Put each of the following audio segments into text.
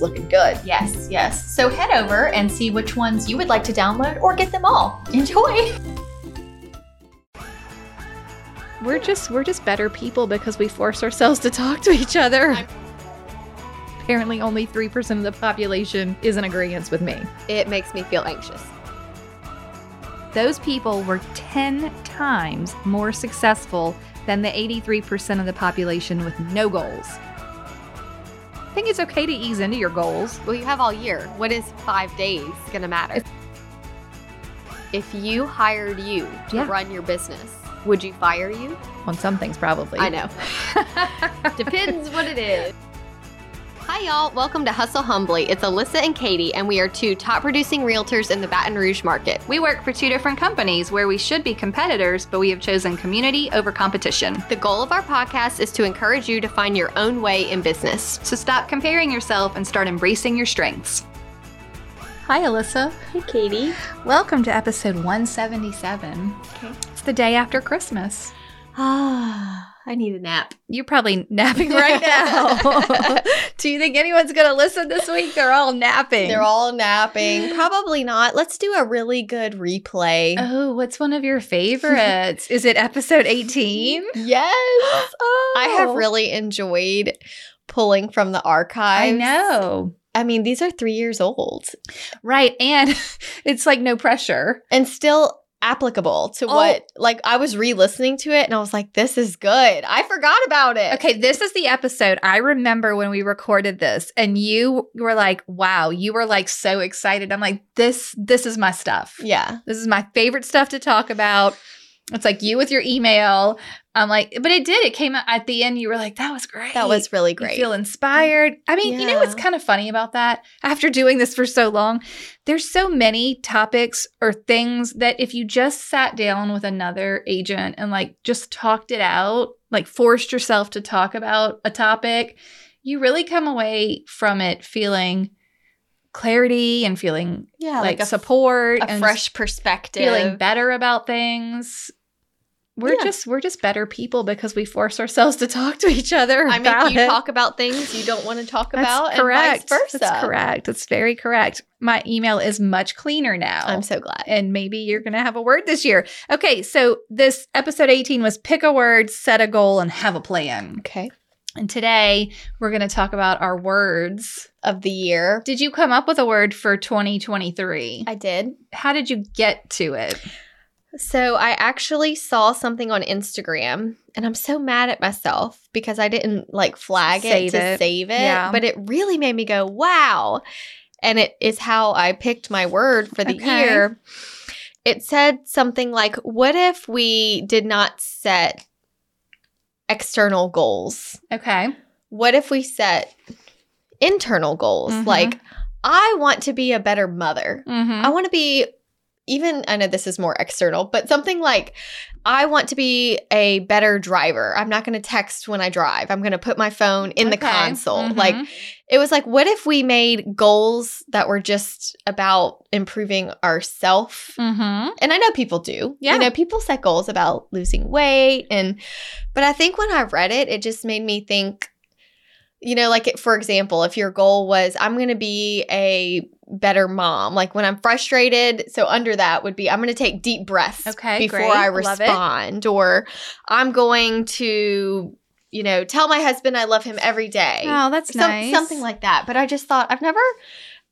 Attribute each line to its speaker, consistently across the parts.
Speaker 1: looking good.
Speaker 2: Yes, yes. So head over and see which ones you would like to download or get them all. Enjoy.
Speaker 3: We're just we're just better people because we force ourselves to talk to each other. Apparently only 3% of the population is in agreement with me.
Speaker 4: It makes me feel anxious.
Speaker 3: Those people were 10 times more successful than the 83% of the population with no goals. I think it's okay to ease into your goals.
Speaker 4: Well, you have all year. What is five days going to matter? If you hired you to
Speaker 3: Yeah.
Speaker 4: run your business, would you fire you?
Speaker 3: On some things probably.
Speaker 4: I know. Depends what it is. Hi, y'all. Welcome to Hustle Humbly. It's Alyssa and Katie, and we are two top producing realtors in the Baton Rouge market.
Speaker 3: We work for two different companies where we should be competitors, but we have chosen community over competition.
Speaker 4: The goal of our podcast is to encourage you to find your own way in business.
Speaker 3: So stop comparing yourself and start embracing your strengths. Hi, Alyssa.
Speaker 5: Hey, Katie.
Speaker 1: Welcome to episode 177.
Speaker 4: Okay.
Speaker 3: It's the day after Christmas.
Speaker 4: Ah, I need a nap.
Speaker 3: You're probably napping right now. Do you think anyone's going to listen this week? They're all napping.
Speaker 5: They're all napping. Probably not. Let's do a really good replay.
Speaker 4: Uh,
Speaker 3: Oh, what's one of your favorites? Is it episode 18?
Speaker 5: yes.
Speaker 3: Oh,
Speaker 5: I have really enjoyed pulling from the
Speaker 3: I
Speaker 5: archives.
Speaker 3: know.
Speaker 5: I mean, these are three years old
Speaker 3: Right. And it's like no pressure.
Speaker 5: and still applicable to
Speaker 3: Oh.
Speaker 5: what, like, I was re listening to it and I was like, this is good. I forgot about it.
Speaker 3: Okay, this is the episode I remember when we recorded this and you were like, "Wow, you were like so excited." I'm like, "This this is my stuff.
Speaker 5: Yeah.
Speaker 3: This is my favorite stuff to talk about." It's like you with your email. I'm like, "But it did. It came out at the end. You were like, "That was great."
Speaker 5: That was really
Speaker 3: You
Speaker 5: great.
Speaker 3: feel inspired. I mean, you know what's
Speaker 5: Yeah.
Speaker 3: kind of funny about that? After doing this for so long, there's so many topics or things that if you just sat down with another agent and like just talked it out, like forced yourself to talk about a topic, you really come away from it feeling clarity and feeling
Speaker 5: yeah.
Speaker 3: like, support
Speaker 5: a
Speaker 3: and
Speaker 5: fresh perspective.
Speaker 3: feeling better about things. We're
Speaker 5: Yeah.
Speaker 3: just we're just better people because we force ourselves to talk to each other.
Speaker 5: I
Speaker 3: about
Speaker 5: make you
Speaker 3: it
Speaker 5: talk about things you don't want to talk
Speaker 3: that's
Speaker 5: about and
Speaker 3: correct.
Speaker 5: vice versa.
Speaker 3: That's correct. That's very correct. My email is much cleaner now.
Speaker 5: I'm so glad.
Speaker 3: and maybe you're going to have a word this year. Okay, so this episode 18 was pick a word, set a goal, and have a plan.
Speaker 5: Okay.
Speaker 3: And today we're going to talk about our words.
Speaker 5: Of the year.
Speaker 3: Did you come up with a word for 2023?
Speaker 5: I did.
Speaker 3: How did you get to it?
Speaker 5: So I actually saw something on Instagram and I'm so mad at myself because I didn't like flag
Speaker 3: Save
Speaker 5: it to
Speaker 3: it.
Speaker 5: save it.
Speaker 3: Yeah.
Speaker 5: But it really made me go, wow. And it is how I picked my word for the
Speaker 3: Okay.
Speaker 5: year. It said something like, What if we did not set external goals?
Speaker 3: Okay.
Speaker 5: What if we set internal goals?
Speaker 3: Mhm.
Speaker 5: Like, I want to be a better mother.
Speaker 3: Mm-hmm.
Speaker 5: I want to be even I know this is more external, but something like I want to be a better driver. I'm not going to text when I drive. I'm going to put my phone in the console. Like it was like what if we made goals that were just about improving ourself?
Speaker 3: mm-hmm.
Speaker 5: And I know people do.
Speaker 3: Yeah.
Speaker 5: You know, people set goals about losing weight and but I think when I read it, it just made me think you know, like for example, if your goal was I'm going to be a better mom, like when I'm frustrated, so under that would be I'm going to take deep breaths
Speaker 3: Okay,
Speaker 5: before
Speaker 3: great.
Speaker 5: I
Speaker 3: Love it.
Speaker 5: respond or I'm going to you know, tell my husband I love him every day.
Speaker 3: Oh, that's
Speaker 5: Some-
Speaker 3: nice.
Speaker 5: Something like that. But I just thought I've never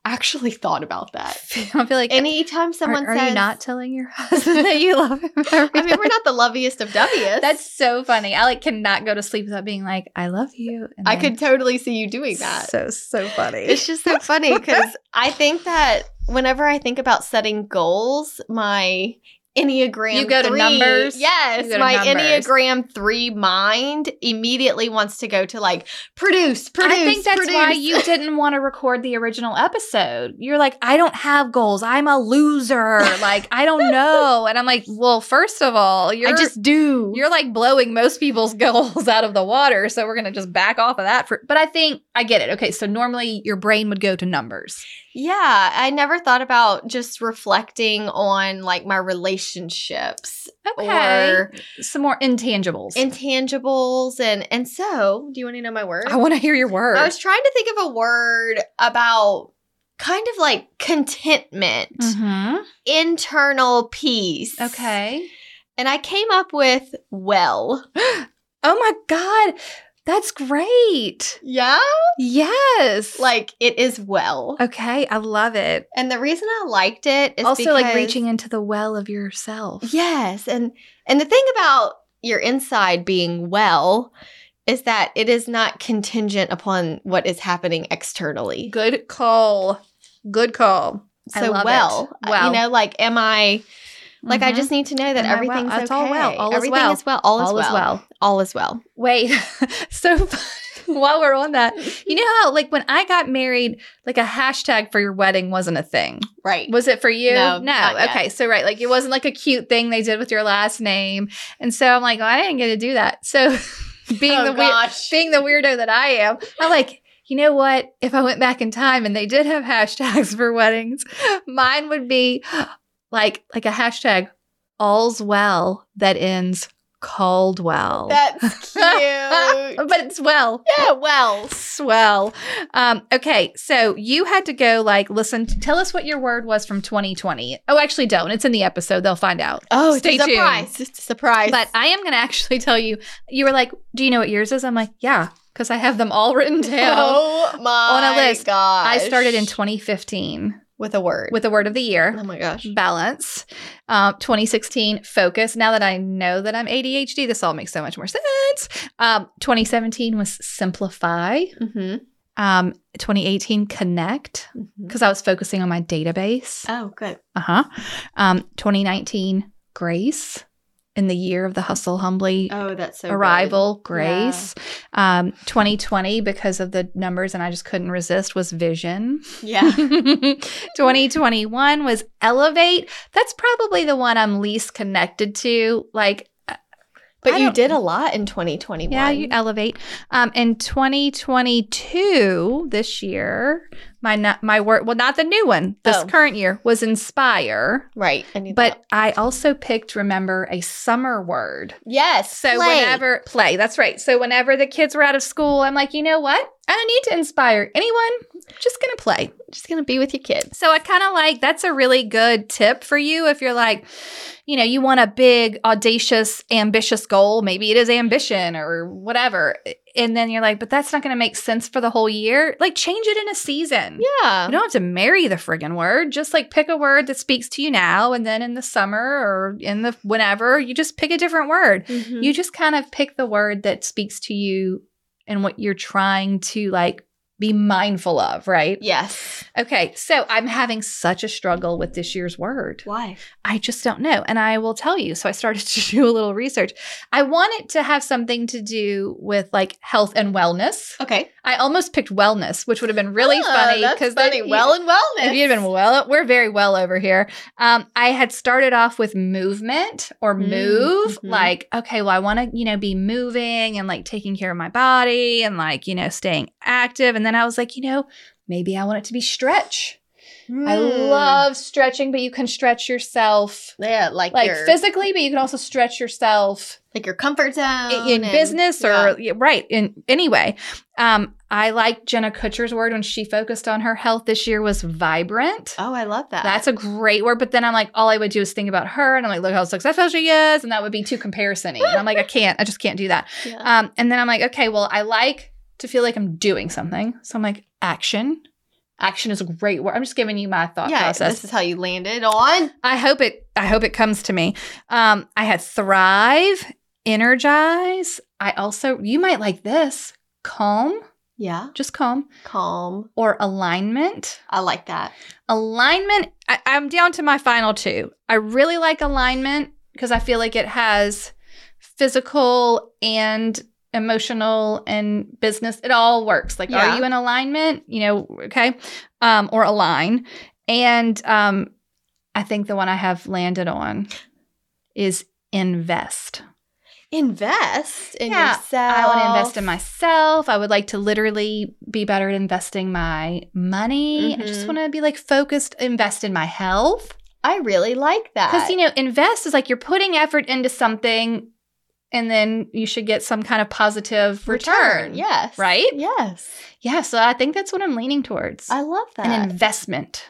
Speaker 5: actually thought about that.
Speaker 3: I feel like
Speaker 5: Anytime someone
Speaker 3: are, are
Speaker 5: says
Speaker 3: you not telling your husband that you love him?
Speaker 5: I mean, we're not the loveliest of doviest.
Speaker 3: That's so funny. I like cannot go to sleep without being like, "I love you." And
Speaker 5: I
Speaker 3: then-
Speaker 5: could totally see you doing that.
Speaker 3: So so funny.
Speaker 5: It's just so funny because I think that whenever I think about setting goals, my Enneagram.
Speaker 3: You go to
Speaker 5: three.
Speaker 3: numbers?
Speaker 5: Yes,
Speaker 3: You go to
Speaker 5: my
Speaker 3: numbers.
Speaker 5: Enneagram three mind immediately wants to go to like produce, produce.
Speaker 3: I think that's why
Speaker 5: produce.
Speaker 3: you didn't want to record the original episode. You're like, I don't have goals. I'm a loser. Like, I don't know. And I'm like, well, first of all, you're
Speaker 5: I just do.
Speaker 3: you're like blowing most people's goals out of the water. So we're gonna just back off of that. For, but I think I get it. Okay, so normally your brain would go to numbers.
Speaker 5: Yeah, I never thought about just reflecting on like my relationships or
Speaker 3: some more intangibles.
Speaker 5: intangibles and and so, do you want to know my word?
Speaker 3: I want to hear your word.
Speaker 5: I was trying to think of a word about kind of like contentment,
Speaker 3: Mhm.
Speaker 5: internal peace.
Speaker 3: Okay.
Speaker 5: And I came up with well.
Speaker 3: Oh my god, that's great.
Speaker 5: Yeah?
Speaker 3: Yes.
Speaker 5: Like it is well.
Speaker 3: Okay, I love it.
Speaker 5: And the reason I liked it is
Speaker 3: also, like
Speaker 5: because-
Speaker 3: reaching into the well of yourself.
Speaker 5: Yes, and and the thing about your inside being well is that it is not contingent upon what is happening externally.
Speaker 3: Good call. Good call. I
Speaker 5: So
Speaker 3: love it.
Speaker 5: well, uh,
Speaker 3: Well.
Speaker 5: you know, like am I like Mm-hmm. I
Speaker 3: Mhm.
Speaker 5: just need to know that
Speaker 3: Am I well?
Speaker 5: everything's
Speaker 3: It's
Speaker 5: okay.
Speaker 3: all well. All is
Speaker 5: Everything
Speaker 3: well.
Speaker 5: is well. All, is, well. All is well.
Speaker 3: Wait. so while we're on that, you know how like when I got married, like a hashtag for your wedding wasn't a thing.
Speaker 5: Right.
Speaker 3: Was it for you?
Speaker 5: No, not yet.
Speaker 3: Okay. So right, like it wasn't like a cute thing they did with your last name. And so I'm like, oh, I didn't get to do that. So being the weird
Speaker 5: Oh, gosh.
Speaker 3: being the weirdo that I am, I'm like, you know what? If I went back in time and they did have hashtags for weddings, mine would be like like a hashtag all's well that ends Caldwell.
Speaker 5: That's cute. yeah,
Speaker 3: but it's well.
Speaker 5: well.
Speaker 3: Swell. Um, okay, so you had to go like listen. Tell us what your word was from 2020. Oh, actually, don't. It's in the episode. They'll find out.
Speaker 5: Oh, it's
Speaker 3: Stay
Speaker 5: a surprise. It's a surprise.
Speaker 3: But I am going to actually tell you. You were like, "Do you know what yours is?" I'm like, "Yeah," because I have them all written down.
Speaker 5: oh my
Speaker 3: list.
Speaker 5: gosh.
Speaker 3: I started in 2015
Speaker 5: with a word.
Speaker 3: with the word of the year
Speaker 5: oh my gosh.
Speaker 3: balance, um, 2016 focus. Now that I know that I'm ADHD, this all makes so much more sense. Um, 2017 was simplify.
Speaker 5: Mhm.
Speaker 3: Um, 2018 connect
Speaker 5: Mhm.
Speaker 3: because I was focusing on my database.
Speaker 5: Oh, good.
Speaker 3: Uh huh. Um, 2019 grace in the year of the hustle humbly
Speaker 5: Oh, that's so good.
Speaker 3: arrival grace um 2020 because of the numbers and i just couldn't resist was vision
Speaker 5: Yeah.
Speaker 3: 2021 was elevate that's probably the one i'm least connected to like
Speaker 5: But
Speaker 3: I
Speaker 5: you
Speaker 3: don't-
Speaker 5: did a lot in 2021.
Speaker 3: yeah you elevate um in 2022 this year my not, my work well not the new one this
Speaker 5: Oh.
Speaker 3: current year was inspire
Speaker 5: right. I knew
Speaker 3: but
Speaker 5: that.
Speaker 3: i also picked remember a summer word
Speaker 5: yes.
Speaker 3: So
Speaker 5: play.
Speaker 3: whenever play, that's right. So whenever the kids were out of school, I'm like, you know what? I don't need to inspire anyone. I'm just gonna play.
Speaker 5: just gonna be with your kids.
Speaker 3: So I kind of like that's a really good tip for you if you're like, you know, you want a big, audacious, ambitious goal. Maybe it is ambition or whatever. eh, And then you're like, but that's not gonna make sense for the whole year. Like change it in a season.
Speaker 5: Yeah.
Speaker 3: You don't have to marry the friggin' word. Just like pick a word that speaks to you now, and then in the summer or in the whenever, you just pick a different word
Speaker 5: Mhm.
Speaker 3: you just kind of pick the word that speaks to you and what you're trying to like be mindful of, right?
Speaker 5: yes.
Speaker 3: Okay, so I'm having such a struggle with this year's word.
Speaker 5: Why?
Speaker 3: I just don't know. And I will tell you. So I started to do a little research. I want it to have something to do with like health and wellness.
Speaker 5: Okay.
Speaker 3: I almost picked wellness, which would have been really funny
Speaker 5: Ah, That's
Speaker 3: then
Speaker 5: funny.
Speaker 3: you-
Speaker 5: well and wellness.
Speaker 3: if you'd been well, we're very well over here. Um, I had started off with movement or
Speaker 5: Mm,
Speaker 3: move,
Speaker 5: mhm.
Speaker 3: like, okay, well, I want to, you know, be moving and like taking care of my body and like, you know, staying active. And then I was like, you know, maybe I want it to be stretch. I
Speaker 5: Mm.
Speaker 3: love stretching, but you can stretch yourself
Speaker 5: yeah, like,
Speaker 3: like
Speaker 5: your
Speaker 3: physically, but you can also stretch yourself
Speaker 5: like your comfort zone
Speaker 3: i- in
Speaker 5: and-
Speaker 3: business
Speaker 5: yeah.
Speaker 3: or yeah, right in anyway. Um, I like Jenna Kutcher's word when she focused on her health this year was vibrant.
Speaker 5: Oh, I love that.
Speaker 3: That's a great word. But then I'm like, all I would do is think about her, and I'm like, look how successful she is, and that would be too comparisony. And I'm like, I can't, I just can't do that.
Speaker 5: Yeah.
Speaker 3: Um, and then I'm like, okay, well, I like to feel like I'm doing something, so I'm like, action. Action is a great word. I'm just giving you my thought
Speaker 5: yeah,
Speaker 3: process.
Speaker 5: this is how you landed on.
Speaker 3: I hope it. I hope it comes to me. Um, I had thrive, energize. I also, you might like this, calm,
Speaker 5: Yeah.
Speaker 3: just calm,
Speaker 5: Calm.
Speaker 3: or alignment.
Speaker 5: I like that.
Speaker 3: Alignment, I, I'm down to my final two. I really like alignment because I feel like it has physical and emotional and business. It all works. Like,
Speaker 5: Yeah.
Speaker 3: are you in alignment? You know, okay, um, or align. And um, I think the one I have landed on is invest.
Speaker 5: Invest in
Speaker 3: Yeah,
Speaker 5: yourself.
Speaker 3: I want to invest in myself. I would like to literally be better at investing my money. I just
Speaker 5: Mhm.
Speaker 3: want to be like focused, invest in my health.
Speaker 5: I really like that.
Speaker 3: Because, you know, invest is like you're putting effort into something and then you should get some kind of positive return.
Speaker 5: Yes.
Speaker 3: Right?
Speaker 5: Yes.
Speaker 3: Yeah. So I think that's what I'm leaning towards
Speaker 5: I love that.
Speaker 3: an investment.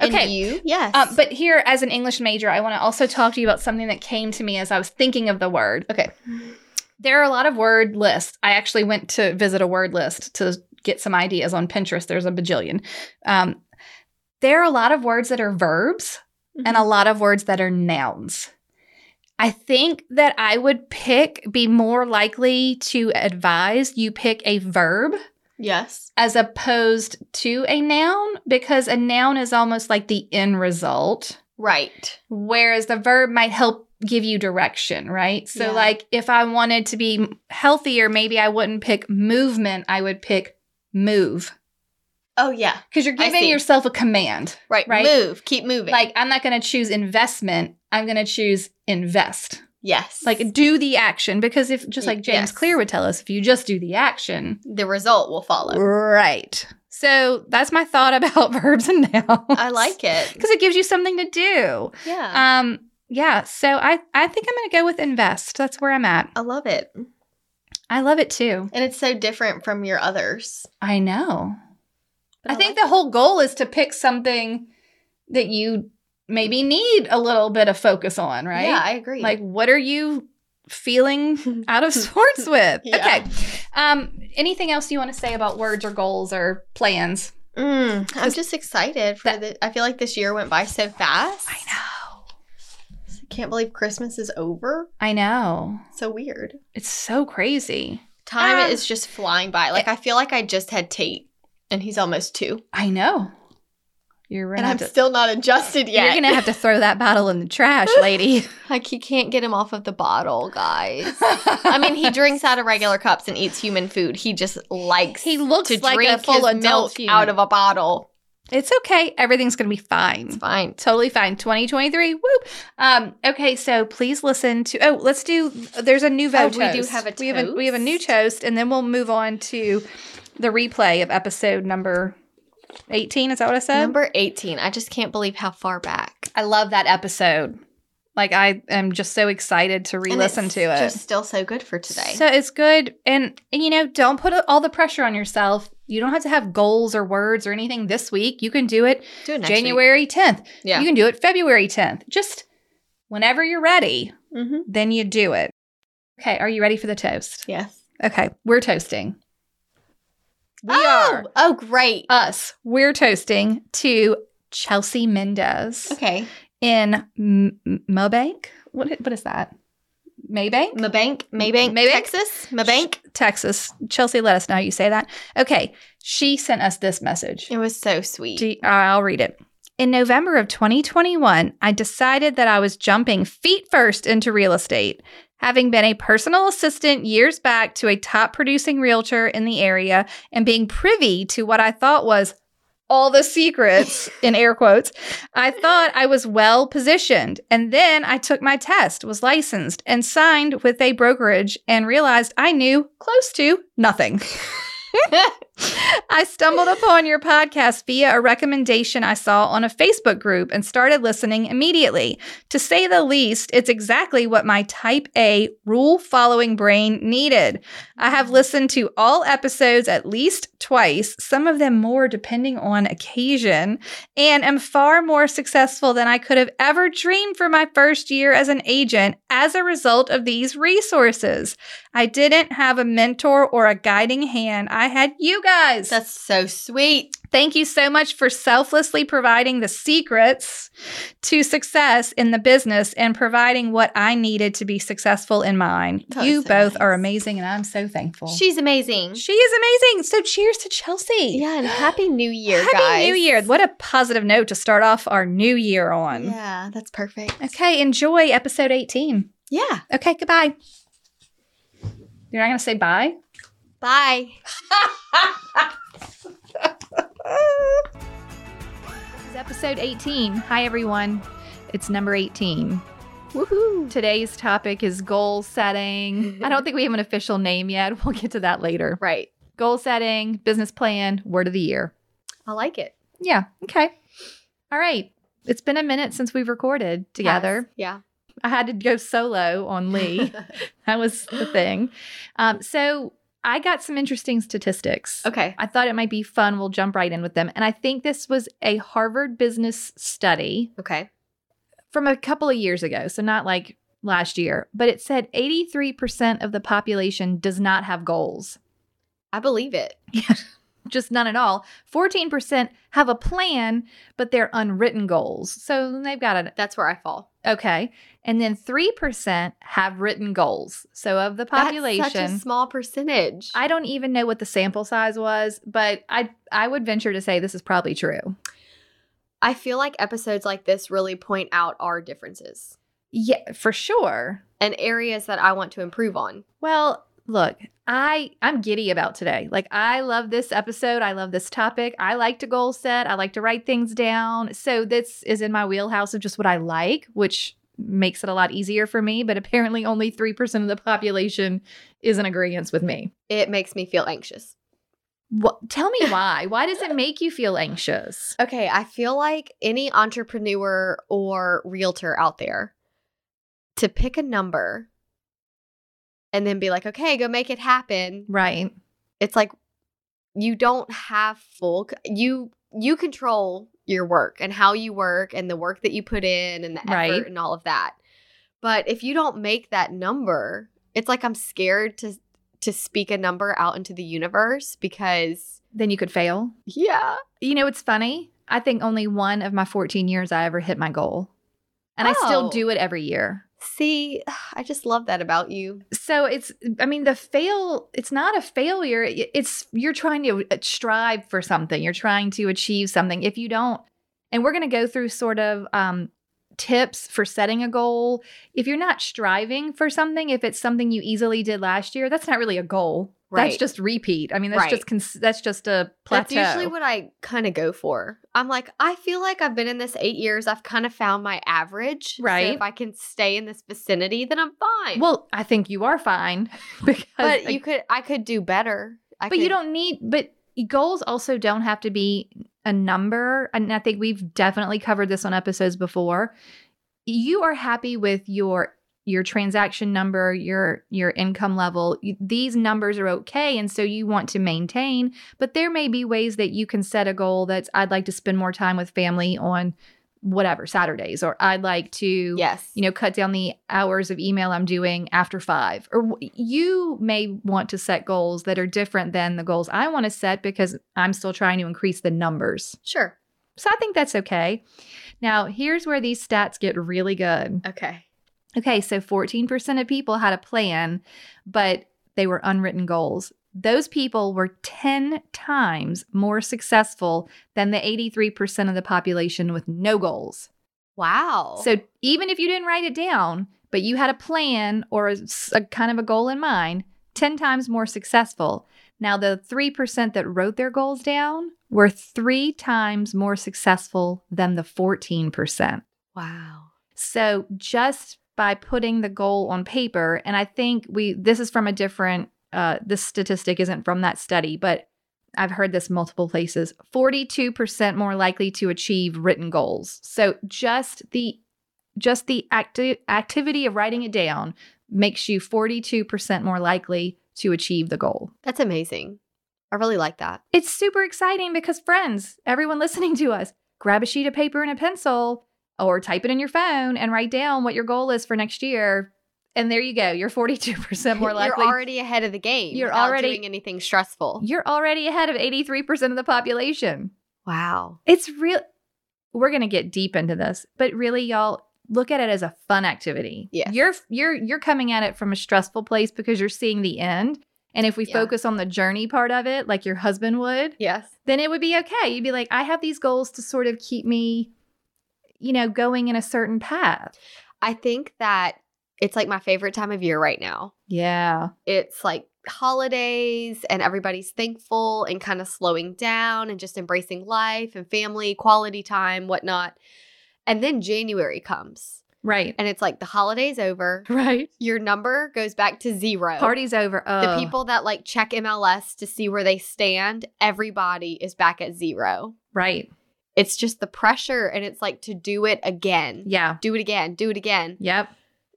Speaker 5: In
Speaker 3: Okay.
Speaker 5: you. Yes.
Speaker 3: Um, but here, as an English major, I want to also talk to you about something that came to me as I was thinking of the word.
Speaker 5: Okay.
Speaker 3: There are a lot of word lists. I actually went to visit a word list to get some ideas on Pinterest. There's a bajillion. Um, there are a lot of words that are verbs and a lot of words that are nouns. I think that I would pick, be more likely to advise you pick a verb
Speaker 5: yes.
Speaker 3: as opposed to a noun because a noun is almost like the end result
Speaker 5: Right.
Speaker 3: whereas the verb might help give you direction, right? So,
Speaker 5: Yeah.
Speaker 3: like, if I wanted to be healthier, maybe I wouldn't pick movement, I would pick move
Speaker 5: Oh yeah.
Speaker 3: because you're
Speaker 5: I
Speaker 3: giving
Speaker 5: see.
Speaker 3: yourself a command.
Speaker 5: Right.
Speaker 3: Right?
Speaker 5: Move. Keep moving.
Speaker 3: Like, I'm not going to choose investment, I'm going to choose invest.
Speaker 5: yes.
Speaker 3: Like, do the action because if, just
Speaker 5: Y-
Speaker 3: like James
Speaker 5: yes.
Speaker 3: Clear would tell us, if you just do the action,
Speaker 5: the result will follow.
Speaker 3: right. So, that's my thought about verbs and nouns.
Speaker 5: I like it.
Speaker 3: because it gives you something to do.
Speaker 5: Yeah.
Speaker 3: Um, yeah, so I I think I'm going to go with invest. That's where I'm at.
Speaker 5: I love it.
Speaker 3: I love it too.
Speaker 5: And it's so different from your others.
Speaker 3: I know.
Speaker 5: But
Speaker 3: I think
Speaker 5: like
Speaker 3: the whole goal is to pick something that you maybe need a little bit of focus on,
Speaker 5: it.
Speaker 3: right?
Speaker 5: Yeah, I agree.
Speaker 3: Like what are you feeling out of sorts with?
Speaker 5: Yeah.
Speaker 3: Okay. Um anything else you want to say about words or goals or plans?
Speaker 5: Mm, I'm just excited for
Speaker 3: that-
Speaker 5: the. I feel like this year went by so fast.
Speaker 3: I know.
Speaker 5: I can't believe Christmas is over.
Speaker 3: I know.
Speaker 5: So weird.
Speaker 3: It's so crazy.
Speaker 5: Time
Speaker 3: Um,
Speaker 5: is just flying by. Like I feel like I just had Tate, and he's almost two,
Speaker 3: I know. You're right.
Speaker 5: and I'm still not adjusted yet.
Speaker 3: You're gonna have to throw that bottle in the trash, lady.
Speaker 5: like he can't get him off of the bottle, guys. I mean, he drinks out of regular cups and eats human food. He just likes
Speaker 3: He looks
Speaker 5: to
Speaker 3: like
Speaker 5: drink
Speaker 3: a full
Speaker 5: his
Speaker 3: adult
Speaker 5: milk
Speaker 3: human.
Speaker 5: out of a bottle.
Speaker 3: It's okay. Everything's gonna be fine.
Speaker 5: It's fine.
Speaker 3: Totally fine. 2023. Whoop. Um, okay, so please listen to oh, let's do there's a nouveau
Speaker 5: Oh,
Speaker 3: toast.
Speaker 5: we do have a
Speaker 3: We have a, we have a new toast, and then we'll move on to the replay of episode number 18. Is that what I said?
Speaker 5: Number 18. I just can't believe how far back.
Speaker 3: I love that episode. Like I am just so excited to
Speaker 5: And
Speaker 3: re-listen
Speaker 5: it's
Speaker 3: to it.
Speaker 5: Just still so good for today.
Speaker 3: So it's good. And, and, you know, don't put all the pressure on yourself. You don't have to have goals or words or anything this week. You can do it
Speaker 5: Do it next week.
Speaker 3: January 10th.
Speaker 5: Yeah.
Speaker 3: You can do it February 10th. Just whenever you're ready,
Speaker 5: mm-hmm.
Speaker 3: then you do it. Okay. Are you ready for the toast?
Speaker 5: Yes.
Speaker 3: Okay. We're toasting. We
Speaker 5: oh!
Speaker 3: are. Uh,
Speaker 5: Oh, great.
Speaker 3: Us. We're toasting to Chelsea Mendez
Speaker 5: Okay.
Speaker 3: in M- M- Mobank. What, what is that? Maybank?
Speaker 5: Mabank, Maybank,
Speaker 3: Maybank?
Speaker 5: Texas, Mabank.
Speaker 3: Texas. Chelsea, let us know how you say that. Okay. She sent us this message.
Speaker 5: It was so sweet.
Speaker 3: Do you- uh, I'll read it. In November of 2021, I decided that I was jumping feet first into real estate. Having been a personal assistant years back to a top producing realtor in the area and being privy to what I thought was all the secrets in air quotes, I thought I was well positioned. And then I took my test, was licensed, and signed with a brokerage and realized I knew close to nothing. I stumbled upon your podcast via a recommendation I saw on a Facebook group and started listening immediately. To say the least, it's exactly what my type A rule following brain needed. I have listened to all episodes at least twice, some of them more depending on occasion, and am far more successful than I could have ever dreamed for my first year as an agent as a result of these resources. I didn't have a mentor or a guiding hand. I had you guys guys.
Speaker 5: That's so sweet.
Speaker 3: Thank you so much for selflessly providing the secrets to success in the business and providing what I needed to be successful in mine.
Speaker 5: That
Speaker 3: you
Speaker 5: is so
Speaker 3: both
Speaker 5: nice.
Speaker 3: are amazing and I'm so thankful.
Speaker 5: She's amazing.
Speaker 3: she is amazing. So cheers to Chelsea.
Speaker 5: Yeah, and happy new year,
Speaker 3: Happy
Speaker 5: guys.
Speaker 3: New Year. What a positive note to start off our new year on.
Speaker 5: Yeah, that's perfect.
Speaker 3: Okay, enjoy episode 18.
Speaker 5: Yeah.
Speaker 3: Okay, goodbye. You're not going to say bye?
Speaker 5: Bye.
Speaker 3: This is episode 18. Hi, everyone. It's number 18.
Speaker 6: Woohoo.
Speaker 3: Today's topic is goal setting. I don't think we have an official name yet. We'll get to that later.
Speaker 5: Right.
Speaker 3: Goal setting, business plan, word of the year.
Speaker 5: I like it.
Speaker 3: Yeah, okay. All right. It's been a minute since we've recorded together.
Speaker 5: Yeah.
Speaker 3: I had to go solo on Lee. that was the thing. Um, so I got some interesting statistics.
Speaker 5: Okay.
Speaker 3: I thought it might be fun. We'll jump right in with them. And I think this was a Harvard business study
Speaker 5: Okay.
Speaker 3: from a couple of years ago. So not like last year, but it said 83% of the population does not have goals.
Speaker 5: I believe it.
Speaker 3: Just none at all. 14% have a plan, but they're unwritten goals. So they've got an
Speaker 5: That's where I fall.
Speaker 3: okay. And then 3% have written goals. So of the population,
Speaker 5: That's such a small percentage.
Speaker 3: I don't even know what the sample size was, but I I would venture to say this is probably true.
Speaker 5: I feel like episodes like this really point out our differences
Speaker 3: Yeah, for sure.
Speaker 5: and areas that I want to improve on.
Speaker 3: Well, look, I I'm giddy about today. Like I love this episode. I love this topic. I like to goal set. I like to write things down. So this is in my wheelhouse of just what I like, which makes it a lot easier for me, but apparently only 3% of the population is in agreement with me.
Speaker 5: It makes me feel anxious.
Speaker 3: What, tell me why. why does it make you feel anxious?
Speaker 5: Okay, I feel like any entrepreneur or realtor out there to pick a number and then be like, okay, go make it happen.
Speaker 3: Right.
Speaker 5: It's like you don't have full c- you you control your work and how you work and the work that you put in and the effort
Speaker 3: Right.
Speaker 5: and all of that. But if you don't make that number, it's like I'm scared to to speak a number out into the universe because
Speaker 3: Then you could fail.
Speaker 5: yeah,
Speaker 3: You know, it's funny. I think only one of my 14 years I ever hit my goal. And I still
Speaker 5: Oh.
Speaker 3: do it every year.
Speaker 5: See, I just love that about you.
Speaker 3: So it's I mean the fail it's not a failure. It- It's you're trying to uh, strive for something. You're trying to achieve something. If you don't and we're going to go through sort of um tips for setting a goal. If you're not striving for something, if it's something you easily did last year, that's not really a goal. That's
Speaker 5: Right.
Speaker 3: just repeat. I mean, that's
Speaker 5: Right.
Speaker 3: just cons- that's just a plateau.
Speaker 5: That's usually what I kind of go for. I'm like, I feel like I've been in this eight years. I've kind of found my average. So
Speaker 3: Right.
Speaker 5: if I can stay in this vicinity, then I'm fine.
Speaker 3: well, I think you are fine because
Speaker 5: but you could, I could do better. I
Speaker 3: but you
Speaker 5: could-
Speaker 3: don't need but goals also don't have to be a number and i think we've definitely covered this on episodes before you are happy with your your transaction number your your income level You- these numbers are okay and so you want to maintain but there may be ways that you can set a goal that's i'd like to spend more time with family on whatever saturdays or i'd like to
Speaker 5: Yes.
Speaker 3: you know, cut down the hours of email I'm doing after five. Or wh- you may want to set goals that are different than the goals I want to set because I'm still trying to increase the numbers.
Speaker 5: sure.
Speaker 3: So I think that's okay. Now, here's where these stats get really good.
Speaker 5: Okay.
Speaker 3: Okay, so 14% of people had a plan, but they were unwritten goals. Those people were 10 times more successful than the 83% of the population with no goals.
Speaker 5: Wow.
Speaker 3: So even if you didn't write it down, but you had a plan or a, s- a kind of a goal in mind, 10 times more successful. Now, the 3% that wrote their goals down were three times more successful than the 14%.
Speaker 5: wow.
Speaker 3: So just by putting the goal on paper, and I think we this is from a different uh, this statistic isn't from that study, but I've heard this multiple places. Forty-two percent more likely to achieve written goals. So just the just the acti- activity of writing it down makes you forty-two percent more likely to achieve the goal.
Speaker 5: That's amazing. I really like that.
Speaker 3: It's super exciting because, friends, everyone listening to us, grab a sheet of paper and a pencil or type it in your phone and write down what your goal is for next year. And there you go. You're 42% more likely.
Speaker 5: You're already ahead of the game.
Speaker 3: You're
Speaker 5: without
Speaker 3: already-
Speaker 5: doing anything stressful.
Speaker 3: You're already ahead of 83% of the population.
Speaker 5: Wow.
Speaker 3: It's real. We're going to get deep into this, but really, y'all, look at it as a fun activity.
Speaker 5: Yes.
Speaker 3: You're you're you're coming at it from a stressful place because you're seeing the end. And if we
Speaker 5: Yeah.
Speaker 3: focus on the journey part of it, like your husband would,
Speaker 7: Yes.
Speaker 3: then it would be okay. You'd be like, I have these goals to sort of keep me, you know, going in a certain path.
Speaker 5: I think that it's like my favorite time of year right now.
Speaker 3: Yeah.
Speaker 5: It's like holidays and everybody's thankful and kind of slowing down and just embracing life and family, quality time, whatnot. And then January comes
Speaker 3: Right.
Speaker 5: and it's like the holidays over.
Speaker 3: Right.
Speaker 5: Your number goes back to zero.
Speaker 3: Party's over. Oh.
Speaker 5: the people that like check MLS to see where they stand, everybody is back at zero.
Speaker 3: Right.
Speaker 5: It's just the pressure and it's like to do it again.
Speaker 3: Yeah.
Speaker 5: Do it again. Do it again.
Speaker 3: Yep.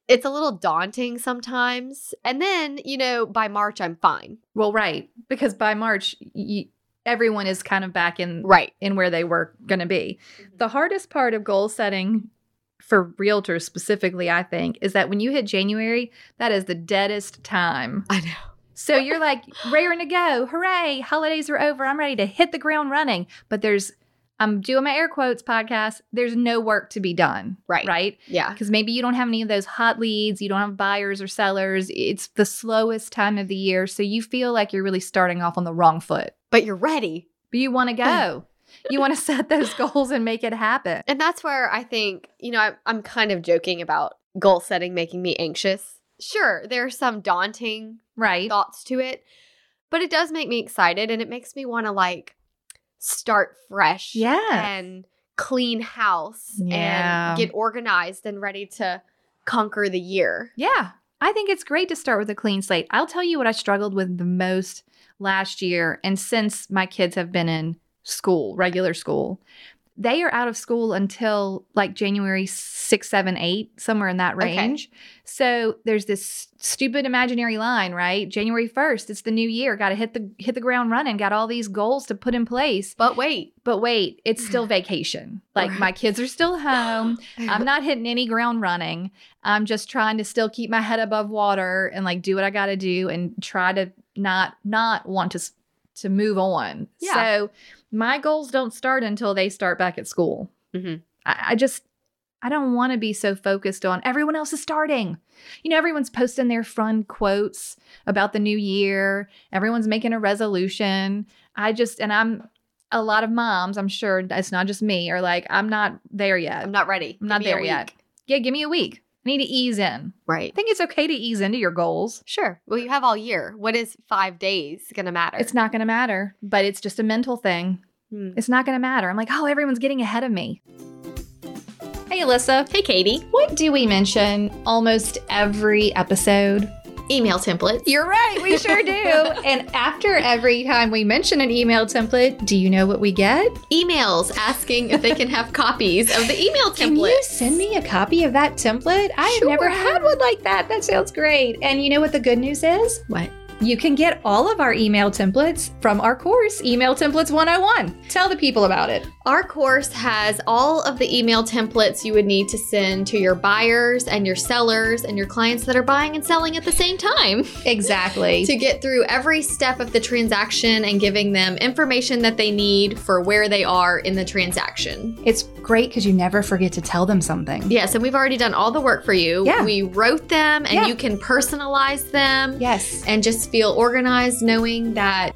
Speaker 5: It's a little daunting sometimes. And then, you know, by March I'm fine.
Speaker 3: Well, right. Because by March, y- everyone is kind of back in
Speaker 5: Right. Mm-hmm.
Speaker 3: in where they were going to be. The hardest part of goal setting for realtors specifically, I think, is that when you hit January, that is the deadest time.
Speaker 5: I know.
Speaker 3: So you're like raring to go. Hooray, holidays are over. I'm ready to hit the ground running. But there's I'm doing my air quotes podcast. There's no work to be done.
Speaker 5: Right.
Speaker 3: Right?
Speaker 5: Yeah.
Speaker 3: Because maybe you don't have any of those hot leads, you don't have buyers or sellers. It's the slowest time of the year. So you feel like you're really starting off on the wrong foot.
Speaker 5: But you're ready.
Speaker 3: But you want to go. you want to set those goals and make it happen.
Speaker 5: And that's where I think, you know, I'm, I'm kind of joking about goal setting making me anxious. Sure, there are some daunting
Speaker 3: Right.
Speaker 5: thoughts to it, but it does make me excited and it makes me want to like start fresh.
Speaker 3: Yeah.
Speaker 5: and clean house
Speaker 3: Yeah.
Speaker 5: and get organized and ready to conquer the year.
Speaker 3: Yeah. I think it's great to start with a clean slate. I'll tell you what I struggled with the most last year and since my kids have been in school, regular school. They are out of school until like January 6, 7, 8, somewhere in that
Speaker 5: Okay.
Speaker 3: range. So there's this stupid imaginary line, right? January 1st, it's the new year. Got to hit the hit the ground running, got all these goals to put in place.
Speaker 5: But wait,
Speaker 3: But wait, it's still vacation. Like my kids are still home. I'm not hitting any ground running. I'm just trying to still keep my head above water and like do what I got to do and try to not not want to s- to move on.
Speaker 5: Yeah.
Speaker 3: So my goals don't start until they start back at school.
Speaker 5: Mhm.
Speaker 3: I, I just I don't want to be so focused on everyone else is starting. You know, everyone's posting their fun quotes about the new year. Everyone's making a resolution. I just and I'm a lot of moms, I'm sure it's not just me, are like, I'm not there yet.
Speaker 5: I'm not ready.
Speaker 3: I'm not
Speaker 5: Give me a
Speaker 3: there yet.
Speaker 5: week.
Speaker 3: Yeah, give me a week. I need to ease in. I
Speaker 5: Right.
Speaker 3: think it's okay to ease into your goals.
Speaker 5: Sure. Well, you have all year. What is five days going to matter?
Speaker 3: It's not going to matter, but it's just a mental thing.
Speaker 5: Hmm.
Speaker 3: It's not going to matter. I'm like, oh, everyone's getting ahead of me. Hey, Alyssa,
Speaker 5: Hey, Katie.
Speaker 3: what do we mention almost every episode?
Speaker 7: Email templates.
Speaker 3: You're right, we sure do. and after every time we mention an email template, do you know what we get?
Speaker 7: emails asking if they can have copies of the email template.
Speaker 3: Can you send me a copy of that template? I have never had one like that. That sounds great. And you know what the good news is?
Speaker 7: What?
Speaker 3: You can get all of our email templates from our course, Email Templates 101. Tell the people about it.
Speaker 7: Our course has all of the email templates you would need to send to your buyers and your sellers and your clients that are buying and selling at the same time
Speaker 3: Exactly.
Speaker 7: to get through every step of the transaction and giving them information that they need for where they are in the transaction.
Speaker 3: it's great because you never forget to tell them something.
Speaker 7: Yes, and we've already done all the work for you.
Speaker 3: Yeah.
Speaker 7: We wrote them and
Speaker 3: Yeah.
Speaker 7: you can personalize them
Speaker 3: Yes.
Speaker 7: and just feel organized knowing that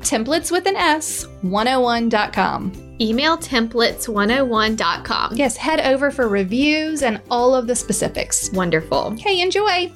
Speaker 3: templates with an S 101.com.
Speaker 7: emailtemplates101.com.
Speaker 3: Yes, head over for reviews and all of the specifics.
Speaker 7: Wonderful.
Speaker 3: Hey, enjoy.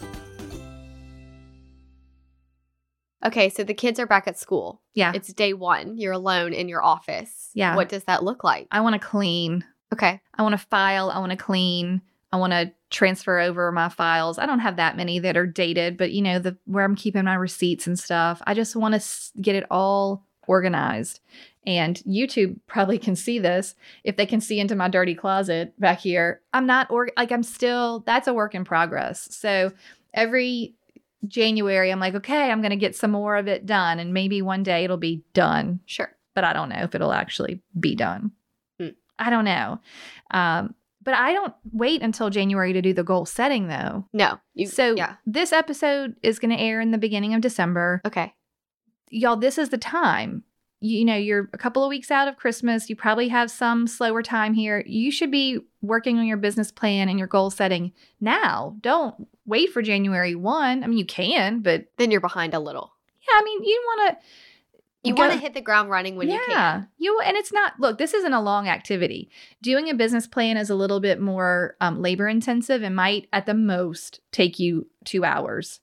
Speaker 5: Okay. So the kids are back at school.
Speaker 3: Yeah.
Speaker 5: It's day one. You're alone in your office.
Speaker 3: Yeah.
Speaker 5: What does that look like?
Speaker 3: I want to clean.
Speaker 5: Okay.
Speaker 3: I want to file. I want to clean. I want to transfer over my files. I don't have that many that are dated, but you know, the where I'm keeping my receipts and stuff. I just want to s- get it all organized. And YouTube probably can see this if they can see into my dirty closet back here. I'm not or like I'm still that's a work in progress. So every January I'm like, okay, I'm going to get some more of it done and maybe one day it'll be done,
Speaker 5: Sure.
Speaker 3: but I don't know if it'll actually be done.
Speaker 5: Mm.
Speaker 3: I don't know. Um but I don't wait until January to do the goal setting though.
Speaker 5: No. You,
Speaker 3: so
Speaker 5: yeah.
Speaker 3: this episode is going to air in the beginning of December.
Speaker 5: Okay.
Speaker 3: Y'all, this is the time. You, you know, you're a couple of weeks out of Christmas. You probably have some slower time here. You should be working on your business plan and your goal setting now. Don't wait for January 1. I mean, you can, but
Speaker 5: Then you're behind a little.
Speaker 3: yeah, I mean, you want to
Speaker 5: You
Speaker 3: Go-
Speaker 5: want to hit the ground running when
Speaker 3: yeah,
Speaker 5: you can.
Speaker 3: You- and it's not look, this isn't a long activity. Doing a business plan is a little bit more um, labor intensive and might at the most take you two hours.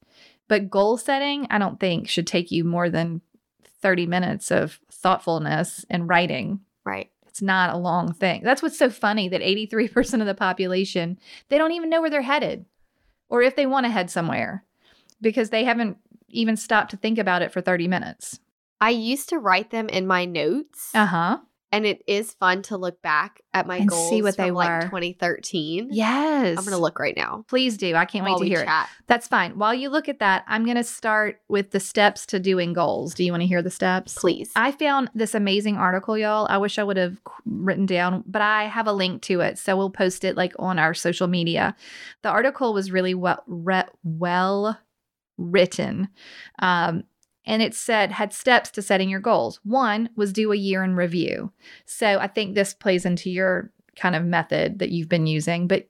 Speaker 3: But goal setting, I don't think should take you more than 30 minutes of thoughtfulness and writing.
Speaker 5: Right.
Speaker 3: It's not a long thing. That's what's so funny that 83% of the population, they don't even know where they're headed or if they want to head somewhere because they haven't even stopped to think about it for 30 minutes.
Speaker 5: I used to write them in my notes,
Speaker 3: Uh-huh.
Speaker 5: and it is fun to look back at my
Speaker 3: And see
Speaker 5: goals
Speaker 3: what they
Speaker 5: from
Speaker 3: were.
Speaker 5: like 2013.
Speaker 3: Yes.
Speaker 5: I'm gonna look right now.
Speaker 3: Please do. I can't wait
Speaker 5: while
Speaker 3: to
Speaker 5: we
Speaker 3: hear it.
Speaker 5: chat.
Speaker 3: That's fine. While you look at that, I'm going to start with the steps to doing goals. Do you want to hear the steps?
Speaker 5: Please.
Speaker 3: I found this amazing article, y'all. I wish I would have qu- written down, but I have a link to it, so we'll post it like on our social media. The article was really well re- well written, um, and it said had steps to setting your goals. One was do a year in review. So I think this plays into your kind of method that you've been using, but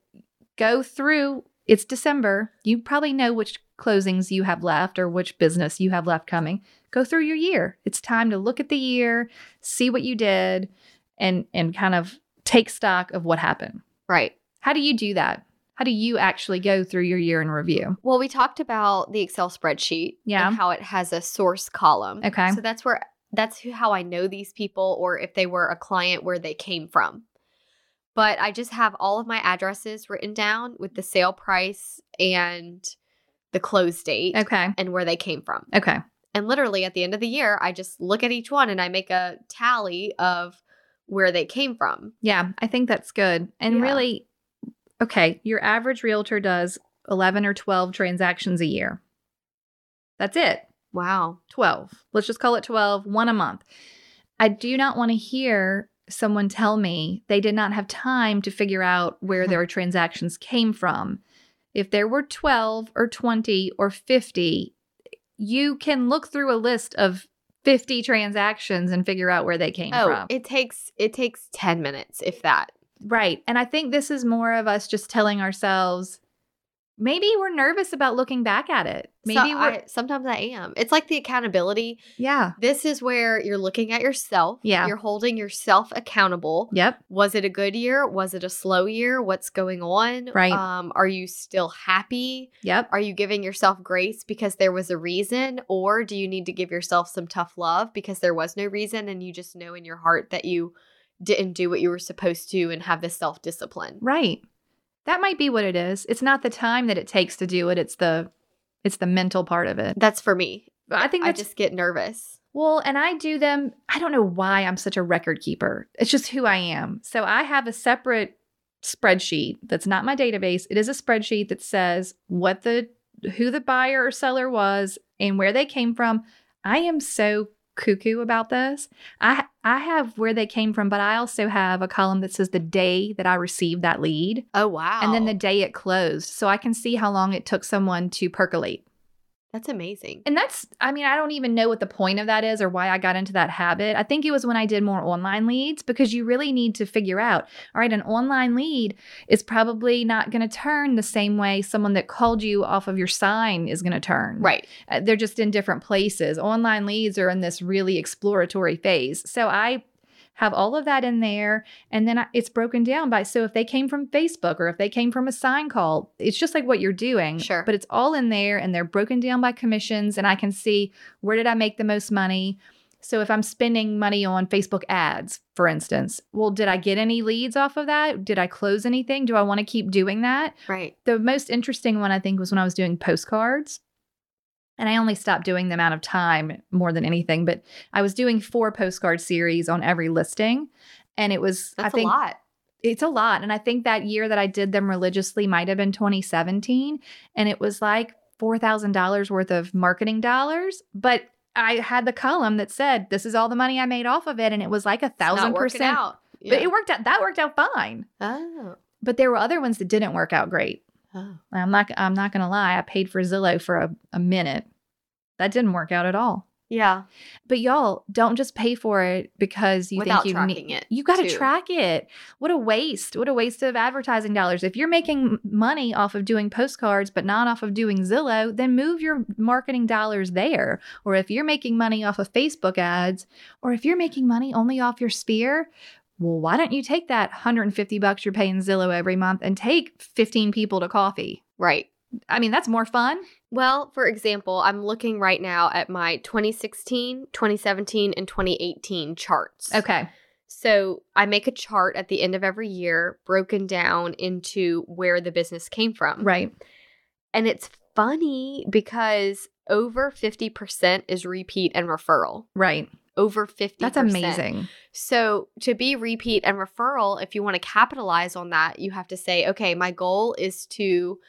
Speaker 3: go through. It's December. You probably know which closings you have left or which business you have left coming go through your year. It's time to look at the year, see what you did, and and kind of take stock of what happened.
Speaker 5: right.
Speaker 3: How do you do that? How do you actually go through your year in review?
Speaker 5: Well, we talked about the Excel spreadsheet
Speaker 3: Yeah.
Speaker 5: and how it has a source column.
Speaker 3: Okay.
Speaker 5: So that's where that's who- how I know these people or if they were a client where they came from. But I just have all of my addresses written down with the sale price and the close date
Speaker 3: Okay.
Speaker 5: and where they came from.
Speaker 3: Okay.
Speaker 5: And literally at the end of the year, I just look at each one and I make a tally of where they came from.
Speaker 3: Yeah, I think that's good. And
Speaker 5: Yeah.
Speaker 3: really okay, your average realtor does 11 or 12 transactions a year. That's it.
Speaker 5: Wow.
Speaker 3: 12. Let's just call it 12, one a month. I do not want to hear someone tell me they did not have time to figure out where
Speaker 5: Hmm.
Speaker 3: their transactions came from. If there were 12 or 20 or 50, you can look through a list of 50 transactions and figure out where they came
Speaker 5: Oh,
Speaker 3: from.
Speaker 5: it takes it takes 10 minutes if that.
Speaker 3: Right. And I think this is more of us just telling ourselves maybe we're nervous about looking back at it.
Speaker 5: Maybe
Speaker 3: Maybe we're
Speaker 5: I, sometimes I am. It's like the accountability.
Speaker 3: Yeah.
Speaker 5: This is where you're looking at yourself.
Speaker 3: Yeah.
Speaker 5: You're holding yourself accountable.
Speaker 3: Yep.
Speaker 5: Was it a good year? Was it a slow year? What's going on?
Speaker 3: Right.
Speaker 5: Um, are you still happy?
Speaker 3: Yep.
Speaker 5: Are you giving yourself grace because there was a reason? Or do you need to give yourself some tough love because there was no reason and you just know in your heart that you didn't do what you were supposed to and have this self discipline?
Speaker 3: Right. That might be what it is. It's not the time that it takes to do it. It's the it's the mental part of it.
Speaker 5: That's for me.
Speaker 3: But I think
Speaker 5: I
Speaker 3: that's
Speaker 5: just get nervous.
Speaker 3: well, and I do them. I don't know why I'm such a record keeper. It's just who I am. So I have a separate spreadsheet that's not my database. It is a spreadsheet that says what the who the buyer or seller was and where they came from. I am so cuckoo about this. I I have where they came from, but I also have a column that says the day that I received that lead
Speaker 5: Oh, wow.
Speaker 3: and then the day it closed so i can see how long it took someone to percolate
Speaker 5: That's amazing.
Speaker 3: and that's i mean i don't even know what the point of that is or why i got into that habit i think it was when i did more online leads because you really need to figure out all right an online lead is probably not going to turn the same way someone that called you off of your sign is going to turn
Speaker 5: Right.
Speaker 3: uh, they're just in different places. Online leads are in this really exploratory phase. So I have all of that in there and then I, it's broken down by so if they came from Facebook or if they came from a sign call, it's just like what you're doing,
Speaker 5: Sure.
Speaker 3: but it's all in there and they're broken down by commissions and I can see where did I make the most money? So if I'm spending money on Facebook ads, for instance, well, did I get any leads off of that? Did I close anything? Do I want to keep doing that?
Speaker 5: Right.
Speaker 3: The most interesting one I think was when I was doing postcards. And I only stopped doing them out of time more than anything, but I was doing four postcard series on every listing. And it was,
Speaker 5: That's
Speaker 3: I think,
Speaker 5: a lot.
Speaker 3: it's a lot. And I think that year that I did them religiously might have been 2017. And it was like $4,000 worth of marketing dollars. But I had the column that said, this is all the money I made off of it. And it was like a thousand percent.
Speaker 5: out.
Speaker 3: But it worked out. That worked out fine.
Speaker 5: oh.
Speaker 3: But there were other ones that didn't work out great.
Speaker 5: Oh.
Speaker 3: I'm not, I'm not going to lie. I paid for Zillow for a, a minute. That didn't work out at all.
Speaker 5: Yeah.
Speaker 3: But y'all don't just pay for it because you
Speaker 5: Without
Speaker 3: think you
Speaker 5: tracking
Speaker 3: need
Speaker 5: it,
Speaker 3: You got to
Speaker 5: too.
Speaker 3: track it. What a waste. What a waste of advertising dollars. If you're making money off of doing postcards but not off of doing Zillow, then move your marketing dollars there. Or if you're making money off of Facebook ads, or if you're making money only off your sphere, well, why don't you take that 150 bucks you're paying Zillow every month and take 15 people to coffee?
Speaker 5: Right.
Speaker 3: I mean, that's more fun.
Speaker 5: Well, for example, I'm looking right now at my 2016, 2017, and 2018 charts.
Speaker 3: Okay.
Speaker 5: So I make a chart at the end of every year broken down into where the business came from.
Speaker 3: Right.
Speaker 5: And it's funny because over 50% is repeat and referral.
Speaker 3: Right.
Speaker 5: Over 50%.
Speaker 3: That's amazing.
Speaker 5: So, to be repeat and referral, if you want to capitalize on that, you have to say, okay, my goal is to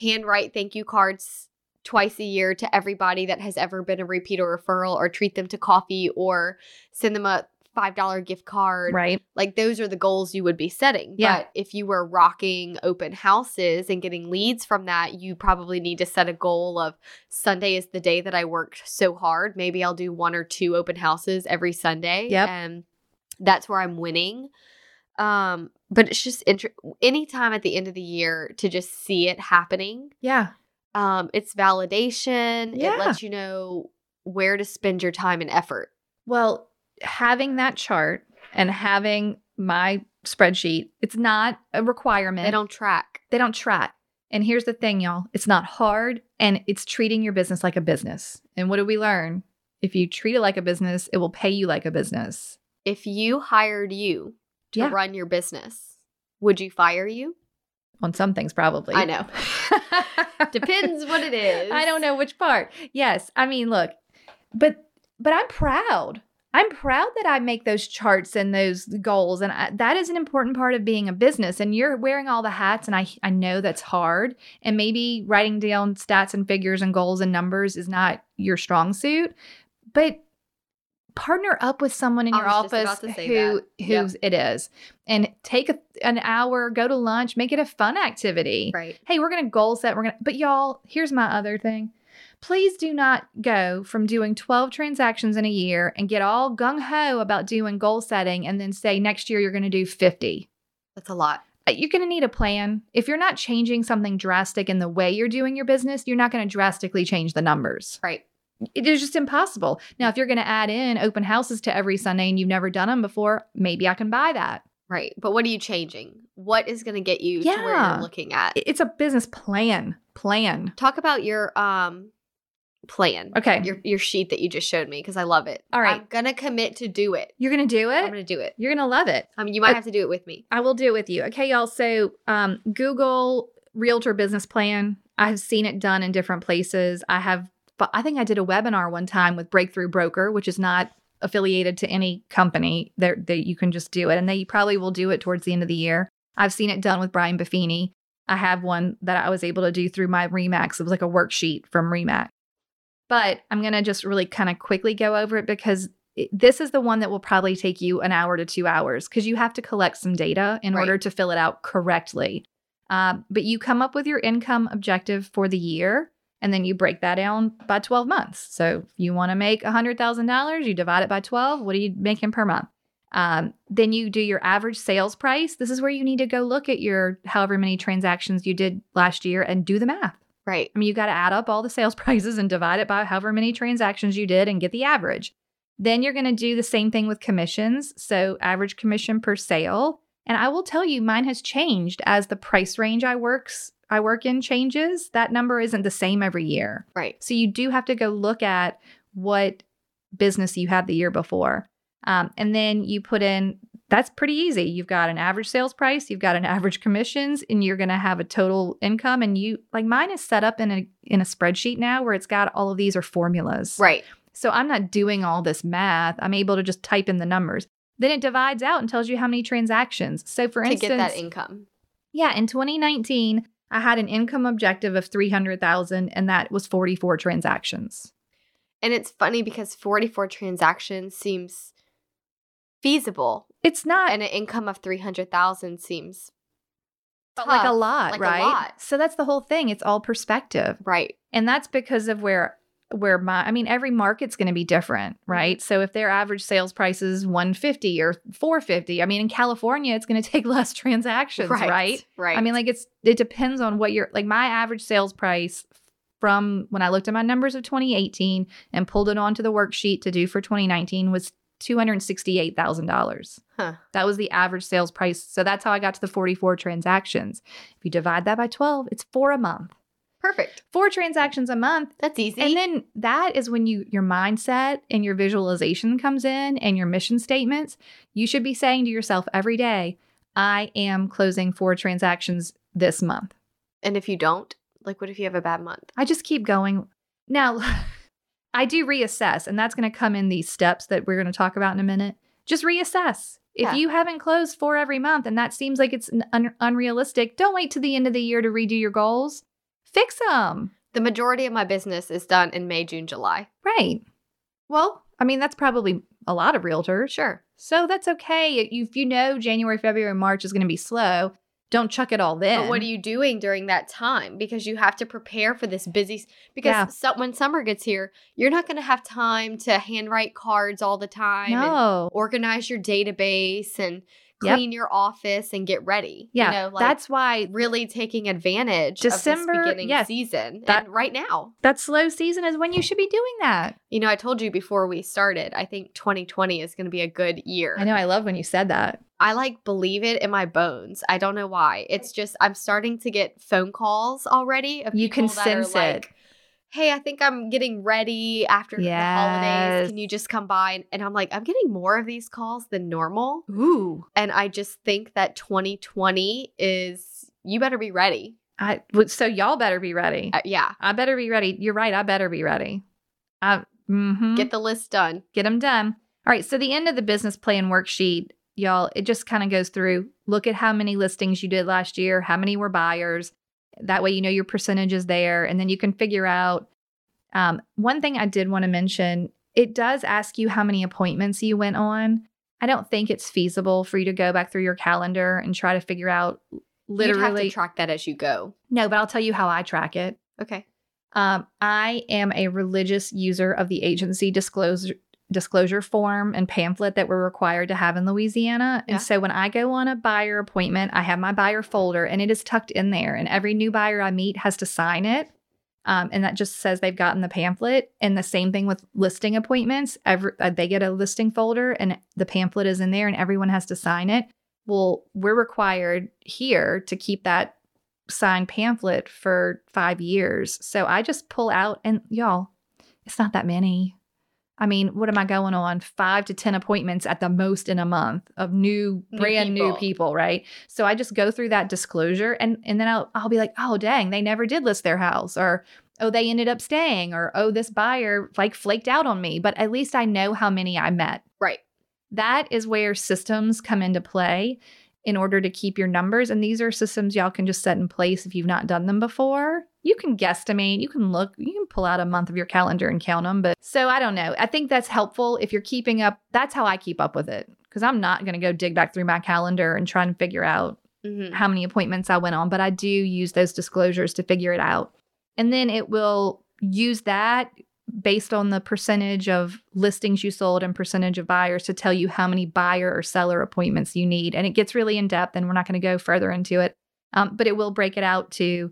Speaker 5: handwrite thank you cards twice a year to everybody that has ever been a repeat or referral, or treat them to coffee, or send them a $5 gift card.
Speaker 3: Right.
Speaker 5: Like, those are the goals you would be setting.
Speaker 3: Yeah.
Speaker 5: But if you were rocking open houses and getting leads from that, you probably need to set a goal of Sunday is the day that I worked so hard. Maybe I'll do one or two open houses every Sunday.
Speaker 3: Yep.
Speaker 5: And that's where I'm winning. Um, but it's just inter- anytime at the end of the year to just see it happening.
Speaker 3: Yeah.
Speaker 5: Um, it's validation.
Speaker 3: Yeah.
Speaker 5: It lets you know where to spend your time and effort.
Speaker 3: Well, having that chart and having my spreadsheet, it's not a requirement.
Speaker 5: They don't track.
Speaker 3: they don't track. And here's the thing, y'all. It's not hard and it's treating your business like a business. And what do we learn? If you treat it like a business, it will pay you like a business.
Speaker 5: If you hired you to
Speaker 3: Yeah.
Speaker 5: run your business, would you fire you?
Speaker 3: On some things, probably.
Speaker 5: I know. Depends what it is.
Speaker 3: I don't know which part. Yes, I mean, look, but but I'm proud. I'm proud that I make those charts and those goals, and I, that is an important part of being a business. And you're wearing all the hats, and I I know that's hard. And maybe writing down stats and figures and goals and numbers is not your strong suit, but partner up with someone in
Speaker 5: I
Speaker 3: your
Speaker 5: was just
Speaker 3: office
Speaker 5: about to say
Speaker 3: who
Speaker 5: that. Yep.
Speaker 3: who's it is, and take a, an hour, go to lunch, make it a fun activity
Speaker 5: Right.
Speaker 3: hey, we're going to goal set. We're going to, but y'all, here's my other thing. Please do not go from doing 12 transactions in a year and get all gung ho about doing goal setting and then say next year you're going to do 50.
Speaker 5: That's a lot.
Speaker 3: Uh, You're going to need a plan. If you're not changing something drastic in the way you're doing your business, you're not going to drastically change the numbers.
Speaker 5: Right.
Speaker 3: It is just impossible. Now, if you're going to add in open houses to every Sunday and you've never done them before, maybe I can buy that.
Speaker 5: Right. But what are you changing? What is going to get you to where
Speaker 3: Yeah.
Speaker 5: you're looking at?
Speaker 3: It- It's a business plan. Plan.
Speaker 5: Talk about your um plan.
Speaker 3: Okay.
Speaker 5: Your your sheet that you just showed me because I love it.
Speaker 3: All right.
Speaker 5: I'm going to commit to do it.
Speaker 3: You're going to do
Speaker 5: I'm
Speaker 3: it.
Speaker 5: going to do it.
Speaker 3: You're going to love it.
Speaker 5: I mean, you might have to do it with me.
Speaker 3: I will do it with you. Okay, y'all. So, um, Google Realtor Business Plan. I have seen it done in different places. I have, but I think I did a webinar one time with Breakthrough Broker, which is not affiliated to any company. There, that you can just do it, and they probably will do it towards the end of the year. I've seen it done with Brian Buffini. I have one that I was able to do through my Remax. It was like a worksheet from Remax. But I'm going to just really kind of quickly go over it because it- this is the one that will probably take you an hour to two hours because you have to collect some data in
Speaker 5: Right.
Speaker 3: order to fill it out correctly. Um, but you come up with your income objective for the year and then you break that down by 12 months. So if you want to make $100,000, you divide it by 12. What are you making per month? Um, then you do your average sales price. This is where you need to go look at your however many transactions you did last year and do the math.
Speaker 5: Right.
Speaker 3: I mean, you got to add up all the sales prices and divide it by however many transactions you did and get the average. Then you're going to do the same thing with commissions. So, average commission per sale. And I will tell you, mine has changed as the price range I works I work in changes. That number isn't the same every year.
Speaker 5: Right.
Speaker 3: So you do have to go look at what business you had the year before. Um, and then you put in, that's pretty easy. You've got an average sales price, you've got an average commissions, and you're going to have a total income. And you, like mine is set up in a, in a spreadsheet now where it's got all of these are formulas.
Speaker 7: Right.
Speaker 3: So I'm not doing all this math. I'm able to just type in the numbers. Then it divides out and tells you how many transactions. So for
Speaker 5: to
Speaker 3: instance,
Speaker 5: get that income.
Speaker 3: yeah, in 2019, I had an income objective of 300,000 and that was 44 transactions.
Speaker 5: And it's funny because 44 transactions seems feasible
Speaker 3: It's not
Speaker 5: and an income of 300,000 seems
Speaker 3: but like a
Speaker 5: tough,
Speaker 3: lot,
Speaker 5: like a
Speaker 3: right?
Speaker 5: lot.
Speaker 3: So that's the whole thing. It's all perspective.
Speaker 5: right.
Speaker 3: And that's because of where where my I mean every market's going to be different,
Speaker 5: Mm-hmm.
Speaker 3: right? So if their average sales price is 150 or 450, I mean in California it's going to take less transactions, right?
Speaker 5: Right.
Speaker 3: I mean, like it's it depends on what your like my average sales price from when I looked at my numbers of 2018 and pulled it onto the worksheet to do for 2019 was two hundred sixty eight thousand dollars.
Speaker 5: Huh.
Speaker 3: That was the average sales price. So that's how I got to the 44 transactions. If you divide that by 12, it's four a month.
Speaker 5: perfect.
Speaker 3: Four transactions a month
Speaker 5: That's easy.
Speaker 3: and then that is when you your mindset and your visualization comes in and your mission statements. You should be saying to yourself every day, I am closing four transactions this month.
Speaker 5: and if you don't, like what if you have a bad month?
Speaker 3: I just keep going. Now, I do reassess, and that's going to come in these steps that we're going to talk about in a minute. Just reassess. If
Speaker 5: Yeah.
Speaker 3: you haven't closed four every month and that seems like it's n- un- unrealistic, don't wait to the end of the year to redo your goals. Fix them.
Speaker 5: The majority of my business is done in May, June, July.
Speaker 3: Right. Well, I mean, that's probably a lot of realtors.
Speaker 5: Sure.
Speaker 3: So that's okay. If you- If you know January, February, March is going to be slow, don't chuck it all then.
Speaker 5: But what are you doing during that time? Because you have to prepare for this busy. s- Because
Speaker 3: Yeah.
Speaker 5: so, when summer gets here, you're not going to have time to handwrite cards all the time and
Speaker 3: No.
Speaker 5: organize your database and
Speaker 3: Yep.
Speaker 5: clean your office and get ready.
Speaker 3: Yeah.
Speaker 5: you know, like
Speaker 3: that's why
Speaker 5: really taking advantage of
Speaker 3: December-
Speaker 5: this beginning
Speaker 3: yes,
Speaker 5: season.
Speaker 3: that-
Speaker 5: and right now,
Speaker 3: that slow season is when you should be doing that.
Speaker 5: you know, I told you before we started. I think 2020 is going to be a good year.
Speaker 3: I know. I love when you said that.
Speaker 5: I like believe it in my bones. I don't know why. It's just I'm starting to get phone calls already of
Speaker 3: You can
Speaker 5: people that are
Speaker 3: sense
Speaker 5: like,
Speaker 3: it.
Speaker 5: Hey, I think I'm getting ready after the
Speaker 3: Yes.
Speaker 5: holidays. Can you just come by? And, and I'm like, I'm getting more of these calls than normal.
Speaker 3: Ooh.
Speaker 5: And I just think that 2020 is you better be ready.
Speaker 3: I, well, so y'all better be ready.
Speaker 5: Uh, yeah,
Speaker 3: I better be ready. You're right. I better be ready. I, mm-hmm.
Speaker 5: get the list done.
Speaker 3: get them done. All right, so the end of the business plan worksheet, y'all, it just kind of goes through look at how many listings you did last year, how many were buyers. That way, you know your percentage is there, and then you can figure out. Um, one thing I did want to mention it does ask you how many appointments you went on. I don't think it's feasible for you to go back through your calendar and try to figure out
Speaker 5: Literally, You'd have
Speaker 3: literally.
Speaker 5: to track that as you go.
Speaker 3: no, but I'll tell you how I track it.
Speaker 5: Okay.
Speaker 3: Um, I am a religious user of the agency disclosure disclosure form and pamphlet that we're required to have in Louisiana.
Speaker 5: Yeah.
Speaker 3: And so when I go on a buyer appointment, I have my buyer folder and it is tucked in there. And every new buyer I meet has to sign it. Um, and that just says they've gotten the pamphlet. And the same thing with listing appointments. Every uh, they get a listing folder and the pamphlet is in there, and everyone has to sign it. Well, we're required here to keep that signed pamphlet for five years. So I just pull out, and y'all, it's not that many. I mean, what am I going on? Five to 10 appointments at the most in a month of new,
Speaker 5: New
Speaker 3: brand new
Speaker 5: people.
Speaker 3: people, right? So I just go through that disclosure and, and then I'll, I'll be like, oh, dang, they never did list their house or, oh, they ended up staying or, oh, this buyer like flaked out on me. But at least I know how many I met.
Speaker 5: Right.
Speaker 3: That is where systems come into play in order to keep your numbers. And these are systems y'all can just set in place if you've not done them before. You can guesstimate, you can look, you can pull out a month of your calendar and count them. But so I don't know. I think that's helpful if you're keeping up. That's how I keep up with it because I'm not going to go dig back through my calendar and try and figure out
Speaker 5: Mm-hmm.
Speaker 3: how many appointments I went on, but I do use those disclosures to figure it out. And then it will use that based on the percentage of listings you sold and percentage of buyers to tell you how many buyer or seller appointments you need. And it gets really in depth, and we're not going to go further into it, um, but it will break it out to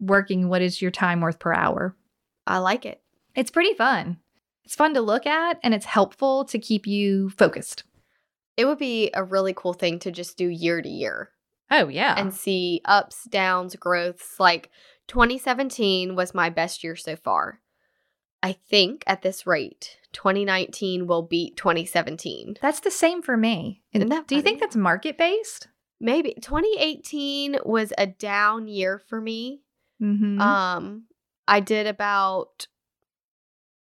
Speaker 3: working what is your time worth per hour.
Speaker 5: I like it.
Speaker 3: It's pretty fun. It's fun to look at, and it's helpful to keep you focused.
Speaker 5: It would be a really cool thing to just do year to year.
Speaker 3: Oh, yeah.
Speaker 5: and see ups, downs, growths. Like 2017 was my best year so far. I think at this rate, 2019 will beat 2017.
Speaker 3: That's the same for me.
Speaker 5: Isn't that
Speaker 3: Do you
Speaker 5: funny?
Speaker 3: think that's market based?
Speaker 5: Maybe 2018 was a down year for me.
Speaker 3: Mm-hmm.
Speaker 5: Um, I did about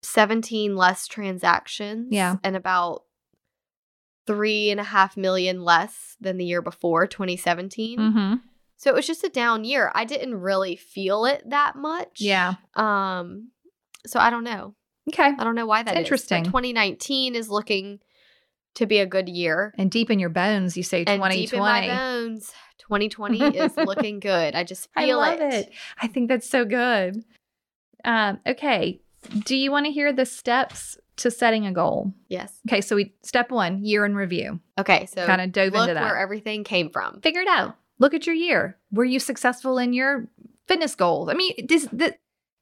Speaker 5: 17 less transactions.
Speaker 3: Yeah.
Speaker 5: And about three and a half million less than the year before, 2017.
Speaker 3: mm-hmm.
Speaker 5: So it was just a down year. I didn't really feel it that much.
Speaker 3: Yeah. Um,
Speaker 5: Um, so I don't know.
Speaker 3: Okay.
Speaker 5: I don't know why that is. But
Speaker 3: Interesting.
Speaker 5: 2019 is looking to be a good year.
Speaker 3: And deep in your bones, you say
Speaker 5: And
Speaker 3: 2020.
Speaker 5: deep in my bones, 2020 is looking good. I just
Speaker 3: I
Speaker 5: feel
Speaker 3: love it. I think that's so good. Um, okay. Do you want to hear the steps to setting a goal?
Speaker 5: Yes.
Speaker 3: Okay. So we step one, year in review.
Speaker 5: Okay. So
Speaker 3: kind of dove
Speaker 5: look
Speaker 3: into that.
Speaker 5: where everything came from.
Speaker 3: Figure it out. Look at your year. Were you successful in your fitness goals? I mean, this, th-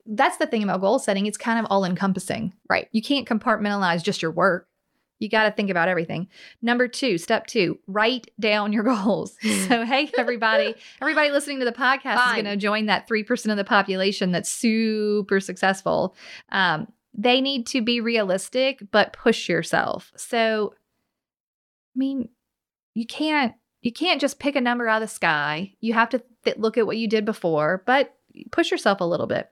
Speaker 3: that's the thing about goal setting. It's kind of all encompassing.
Speaker 5: Right.
Speaker 3: You can't compartmentalize just your work. You got to think about everything. Number two, step two, write down your goals. so, hey, everybody, everybody listening to the podcast is
Speaker 5: Fine.
Speaker 3: going to join that 3% of the population that's super successful. Um, they need to be realistic, but push yourself. So, I mean, you can't you can't just pick a number out of the sky. You have to th- look at what you did before, but push yourself a little bit.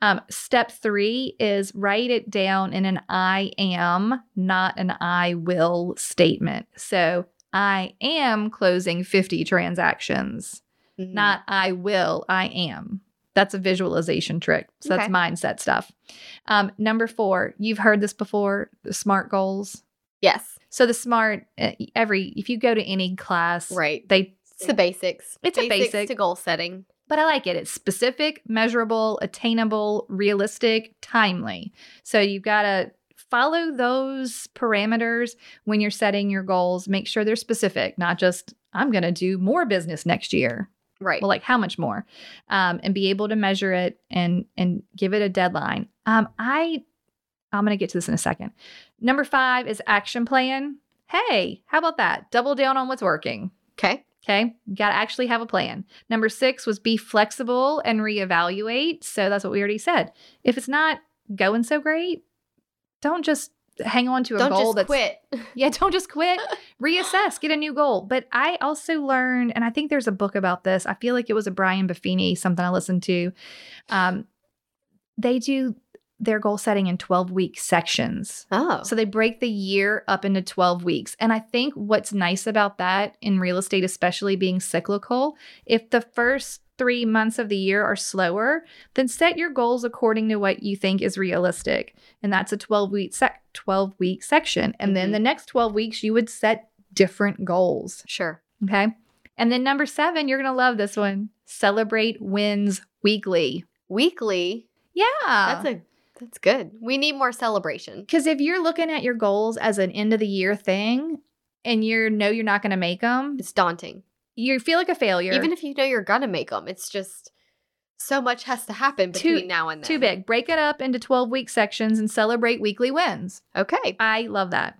Speaker 3: Um, step three is write it down in an I am, not an I will statement. So I am closing 50 transactions, not
Speaker 5: Mm-hmm.
Speaker 3: I will, I am. That's a visualization trick. So that's
Speaker 5: Okay.
Speaker 3: mindset stuff. Um, number four, you've heard this before the SMART goals.
Speaker 5: Yes.
Speaker 3: So the SMART, uh, every, if you go to any class,
Speaker 5: Right.
Speaker 3: they
Speaker 5: It's the basics.
Speaker 3: It's a
Speaker 5: basics
Speaker 3: basic.
Speaker 5: to goal setting.
Speaker 3: but I like it. It's specific, measurable, attainable, realistic, timely. So you've got to follow those parameters when you're setting your goals. Make sure they're specific, not just, I'm going to do more business next year.
Speaker 5: Right.
Speaker 3: Well, like how much more? Um, and be able to measure it and and give it a deadline. Um, I I'm gonna get to this in a second. Number five is action plan. Hey, how about that? Double down on what's working.
Speaker 5: okay.
Speaker 3: Okay. You got to actually have a plan. Number six was be flexible and reevaluate. So that's what we already said. If it's not going so great, don't just hang on to a
Speaker 5: Don't
Speaker 3: goal
Speaker 5: just
Speaker 3: that's
Speaker 5: quit.
Speaker 3: yeah, don't just quit. Reassess, get a new goal. But I also learned, and I think there's a book about this. I feel like it was a Brian Buffini, something I listened to. Um, they do their goal setting in 12 week sections.
Speaker 5: Oh.
Speaker 3: So they break the year up into 12 weeks. And I think what's nice about that in real estate, especially being cyclical, if the first three months of the year are slower, then set your goals according to what you think is realistic. And that's a 12 week sec 12 week section. And then
Speaker 5: Mhm.
Speaker 3: the next 12 weeks you would set different goals.
Speaker 5: sure.
Speaker 3: Okay. And then number seven, you're gonna love this one. Celebrate wins weekly.
Speaker 5: Weekly.
Speaker 3: Yeah.
Speaker 5: That's a that's good. We need more celebration.
Speaker 3: Because if you're looking at your goals as an end of the year thing and you know you're not going to make them,
Speaker 5: It's daunting.
Speaker 3: you feel like a failure.
Speaker 5: Even if you know you're gonna make them, it's just so much has to happen
Speaker 3: Too-
Speaker 5: between now and then.
Speaker 3: too big, break it up into 12 week sections and celebrate weekly wins.
Speaker 5: Okay.
Speaker 3: I love that.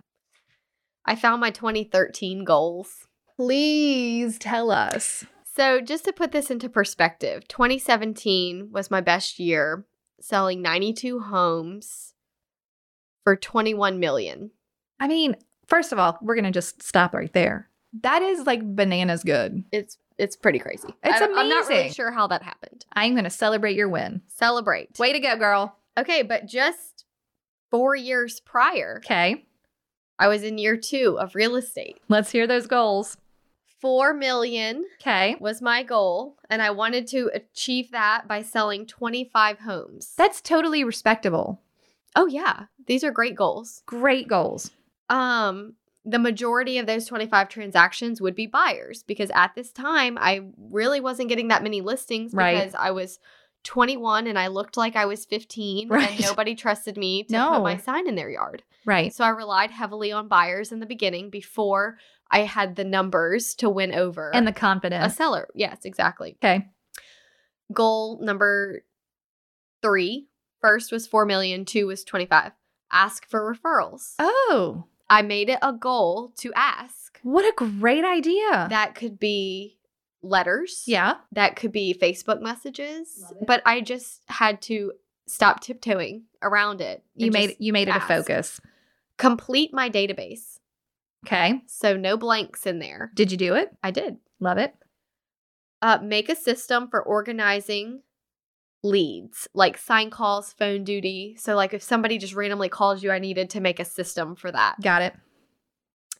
Speaker 5: I found my 2013 goals.
Speaker 3: Please tell us.
Speaker 5: So, just to put this into perspective, 2017 was my best year, selling 92 homes for 21 million.
Speaker 3: I mean, first of all, we're going to just stop right there. That is like bananas good.
Speaker 5: It's it's pretty crazy.
Speaker 3: It's
Speaker 5: I- I'm not really
Speaker 3: amazing.
Speaker 5: sure how that happened.
Speaker 3: I'm going to celebrate your win.
Speaker 5: Celebrate.
Speaker 3: Way to go, girl.
Speaker 5: Okay, but just 4 years prior,
Speaker 3: Okay.
Speaker 5: I was in year 2 of real estate.
Speaker 3: Let's hear those goals.
Speaker 5: 4 million
Speaker 3: Okay.
Speaker 5: was my goal, and I wanted to achieve that by selling 25 homes.
Speaker 3: That's totally respectable.
Speaker 5: oh yeah, these are great goals.
Speaker 3: Great goals.
Speaker 5: Um, the majority of those 25 transactions would be buyers because at this time I really wasn't getting that many listings
Speaker 3: Right.
Speaker 5: because I was 21 and I looked like I was 15
Speaker 3: Right.
Speaker 5: and nobody trusted me to
Speaker 3: No.
Speaker 5: put my sign in their yard.
Speaker 3: Right.
Speaker 5: So I relied heavily on buyers in the beginning before I had the numbers to win over
Speaker 3: And the
Speaker 5: a
Speaker 3: confidence.
Speaker 5: seller. Yes, exactly.
Speaker 3: Okay.
Speaker 5: goal number three first was 4 million two was 25 ask for referrals
Speaker 3: Oh.
Speaker 5: i made it a goal to ask
Speaker 3: What a great idea.
Speaker 5: that could be letters
Speaker 3: yeah.
Speaker 5: that could be facebook messages but i just had to stop tiptoeing around it.
Speaker 3: You
Speaker 5: and
Speaker 3: made
Speaker 5: just
Speaker 3: you made it a
Speaker 5: ask.
Speaker 3: focus.
Speaker 5: complete my database.
Speaker 3: Okay.
Speaker 5: So no blanks in there.
Speaker 3: Did you do it?
Speaker 5: I did.
Speaker 3: Love it.
Speaker 5: Uh, make a system for organizing leads, like sign calls, phone duty. So like if somebody just randomly called you, I needed to make a system for that.
Speaker 3: Got it.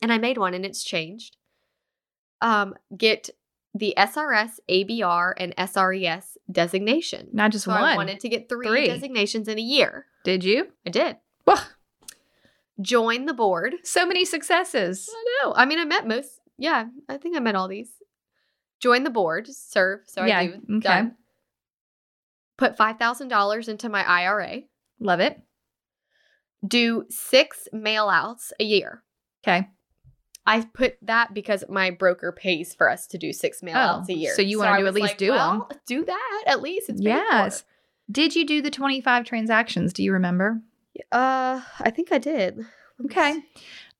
Speaker 5: and I made one and it's changed. Um, get the SRS, ABR, and SRES designation.
Speaker 3: Not just
Speaker 5: so
Speaker 3: one.
Speaker 5: I wanted to get three,
Speaker 3: Three.
Speaker 5: designations in a year.
Speaker 3: Did you?
Speaker 5: I did.
Speaker 3: Wah.
Speaker 5: Join the board.
Speaker 3: So many successes.
Speaker 5: I know. I mean, I met most. Yeah, I think I met all these. Join the board. Serve. So
Speaker 3: Yeah,
Speaker 5: I do.
Speaker 3: okay.
Speaker 5: Done. Put five thousand dollars into my IRA.
Speaker 3: Love it.
Speaker 5: Do six mail outs a year.
Speaker 3: Okay.
Speaker 5: I put that because my broker pays for us to do six mail outs
Speaker 3: Oh,
Speaker 5: a year.
Speaker 3: so you wanted
Speaker 5: I
Speaker 3: to at
Speaker 5: was
Speaker 3: least do 'em.
Speaker 5: well, Do that at least. It's paid for.
Speaker 3: Yes. Did you do the 25 transactions? Do you remember?
Speaker 5: Uh, I think I did. Let me
Speaker 3: Okay.
Speaker 5: see.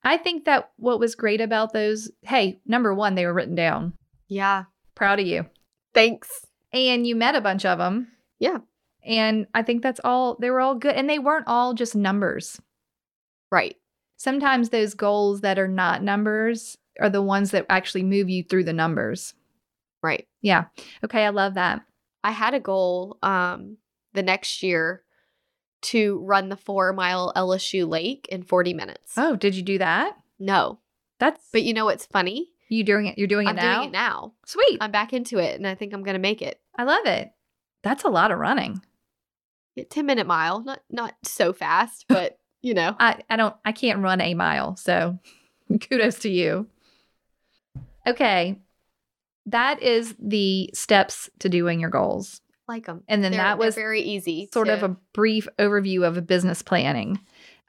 Speaker 3: I think that what was great about those, hey, number one, they were written down.
Speaker 5: Yeah.
Speaker 3: Proud of you.
Speaker 5: Thanks.
Speaker 3: And you met a bunch of them.
Speaker 5: Yeah.
Speaker 3: And I think that's all, they were all good. And they weren't all just numbers.
Speaker 5: Right.
Speaker 3: Sometimes those goals that are not numbers are the ones that actually move you through the numbers.
Speaker 5: Right.
Speaker 3: Okay. I love that.
Speaker 5: I had a goal um the next year to run the four mile LSU lake in 40 minutes.
Speaker 3: Oh, did you do that?
Speaker 5: No.
Speaker 3: That's,
Speaker 5: But you know what's funny?
Speaker 3: you doing it, you're doing it
Speaker 5: I'm
Speaker 3: now?
Speaker 5: doing it now.
Speaker 3: Sweet.
Speaker 5: I'm back into it and I think I'm gonna make it.
Speaker 3: I love it. That's a lot of running.
Speaker 5: A 10 minute mile. Not not so fast, but you know.
Speaker 3: I, I don't I can't run a mile, so kudos to you. Okay. That is the steps to doing your goals.
Speaker 5: like them.
Speaker 3: And then that was
Speaker 5: very easy.
Speaker 3: Sort of
Speaker 5: to-
Speaker 3: a brief overview of business planning.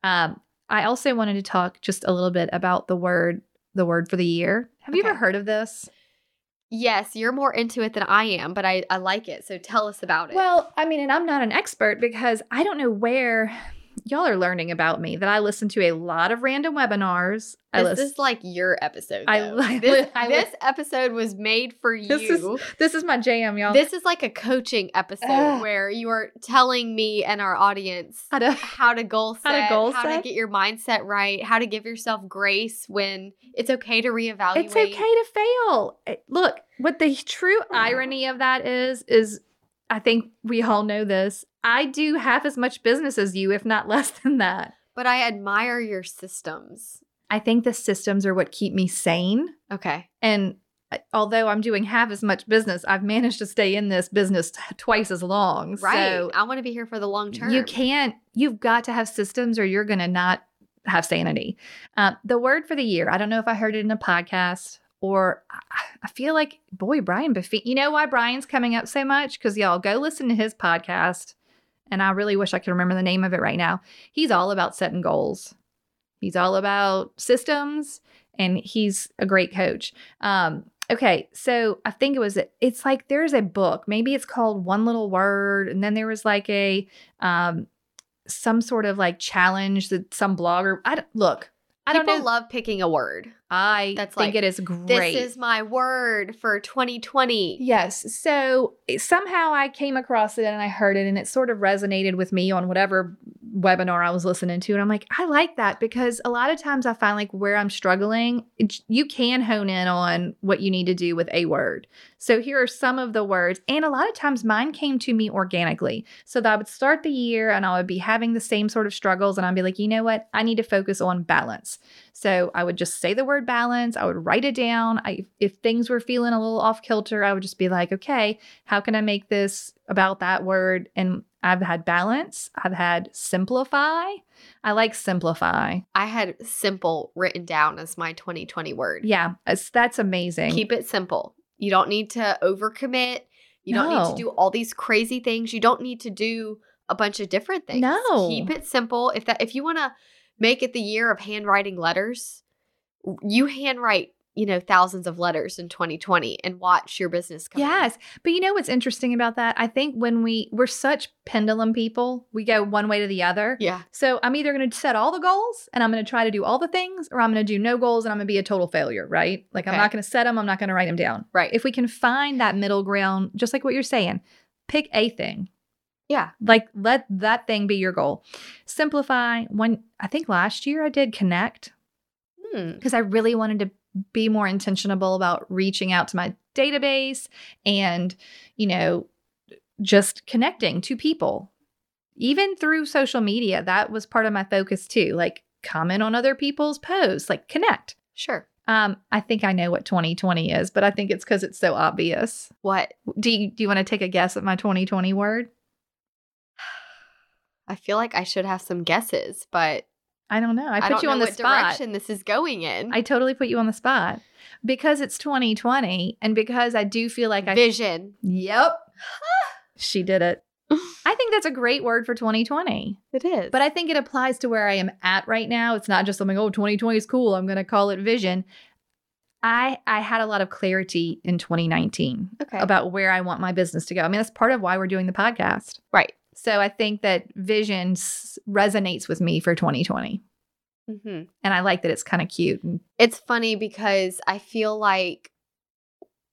Speaker 3: Um, I also wanted to talk just a little bit about the word the word for the year. Have you ever
Speaker 5: Okay.
Speaker 3: heard of this?
Speaker 5: yes. You're more into it than I am, but I I like it. So tell us about it.
Speaker 3: Well, I mean, and I'm not an expert because I don't know where y'all are learning about me that I listen to a lot of random webinars. I
Speaker 5: this
Speaker 3: listen
Speaker 5: is like your episode.
Speaker 3: I
Speaker 5: though.
Speaker 3: li-
Speaker 5: this,
Speaker 3: I
Speaker 5: this episode was made for you.
Speaker 3: This is- this is my jam, y'all.
Speaker 5: This is like a coaching episode
Speaker 3: Ugh.
Speaker 5: where you are telling me and our audience
Speaker 3: how to
Speaker 5: how to goal set,
Speaker 3: How to goal
Speaker 5: how
Speaker 3: set?
Speaker 5: to get your mindset right, how to give yourself grace when it's okay to reevaluate.
Speaker 3: it's okay to fail. It- Look, what the true irony of that is, is I think we all know this. I do half as much business as you, if not less than that.
Speaker 5: But I admire your systems.
Speaker 3: I think the systems are what keep me sane.
Speaker 5: Okay.
Speaker 3: And uh, although I'm doing half as much business, I've managed to stay in this business t- twice as long.
Speaker 5: Right.
Speaker 3: So
Speaker 5: I want to be here for the long term.
Speaker 3: You can't, you've got to have systems or you're going to not have sanity. Uh, the word for the year, I don't know if I heard it in a podcast or I- I feel like, boy, Brian Buffet, you know why Brian's coming up so much? Because y'all go listen to his podcast. And I really wish I could remember the name of it right now. He's all about setting goals, he's all about systems, and he's a great coach. Um, Okay, so I think it was it's like there's a book. Maybe it's called One Little Word, and then there was like a um some sort of like challenge that some blogger I don't, look I don't
Speaker 5: People
Speaker 3: know
Speaker 5: love picking a word.
Speaker 3: I
Speaker 5: that's like,
Speaker 3: think it is great
Speaker 5: This is my word for 2020.
Speaker 3: yes so it- somehow I came across it and I heard it and it sort of resonated with me on whatever webinar I was listening to and I'm like I like that because a lot of times I find like where I'm struggling it- you can hone in on what you need to do with a word So here are some of the words. And a lot of times mine came to me organically. So that I would start the year and I would be having the same sort of struggles. And I'd be like, you know what? I need to focus on balance. So I would just say the word balance. I would write it down. I, if things were feeling a little off kilter, I would just be like, okay, how can I make this about that word? And I've had balance. I've had simplify. I like simplify.
Speaker 5: I had simple written down as my 2020 word.
Speaker 3: Yeah, it's- that's amazing.
Speaker 5: Keep it simple. You don't need to overcommit. You don't
Speaker 3: No.
Speaker 5: need to do all these crazy things. You don't need to do a bunch of different things.
Speaker 3: No.
Speaker 5: Keep it simple. If that if you want to make it the year of handwriting letters, you handwrite, you know, thousands of letters in 2020 and watch your business come. in.
Speaker 3: Yes. But you know what's interesting about that? I think when we we're such pendulum people, we go one way to the other.
Speaker 5: Yeah.
Speaker 3: So I'm either going to set all the goals and I'm going to try to do all the things or I'm going to do no goals and I'm going to be a total failure, right? Like I'm
Speaker 5: Okay.
Speaker 3: not going to set them, I'm not going to write them down.
Speaker 5: Right.
Speaker 3: If we can find that middle ground, just like what you're saying, pick a thing.
Speaker 5: Yeah.
Speaker 3: Like let that thing be your goal. Simplify. When I think last year I did connect
Speaker 5: Hmm.
Speaker 3: because I really wanted to be more intentional about reaching out to my database and, you know, just connecting to people. Even through social media, that was part of my focus too. Like comment on other people's posts, like connect.
Speaker 5: Sure.
Speaker 3: Um, I think I know what 2020 is, but I think it's because it's so obvious.
Speaker 5: What?
Speaker 3: Do you, do you want to take a guess at my 2020 word?
Speaker 5: I feel like I should have some guesses, but
Speaker 3: I don't know. I
Speaker 5: I,
Speaker 3: put
Speaker 5: don't
Speaker 3: you
Speaker 5: know
Speaker 3: on the
Speaker 5: what
Speaker 3: spot.
Speaker 5: direction this is going in.
Speaker 3: I totally put you on the spot because it's 2020 and because I do feel like I.
Speaker 5: Vision.
Speaker 3: Yep. she did it. I think that's a great word for 2020,
Speaker 5: It is.
Speaker 3: but I think it applies to where I am at right now. It's not just something, oh, 2020 is cool. I'm going to call it vision. I, I had a lot of clarity in 2019
Speaker 5: okay.
Speaker 3: about where I want my business to go. I mean, that's part of why we're doing the podcast.
Speaker 5: Right.
Speaker 3: So I think that vision s- resonates with me for 2020.
Speaker 5: hmm
Speaker 3: And I like that it's kind of cute. And
Speaker 5: It's funny because I feel like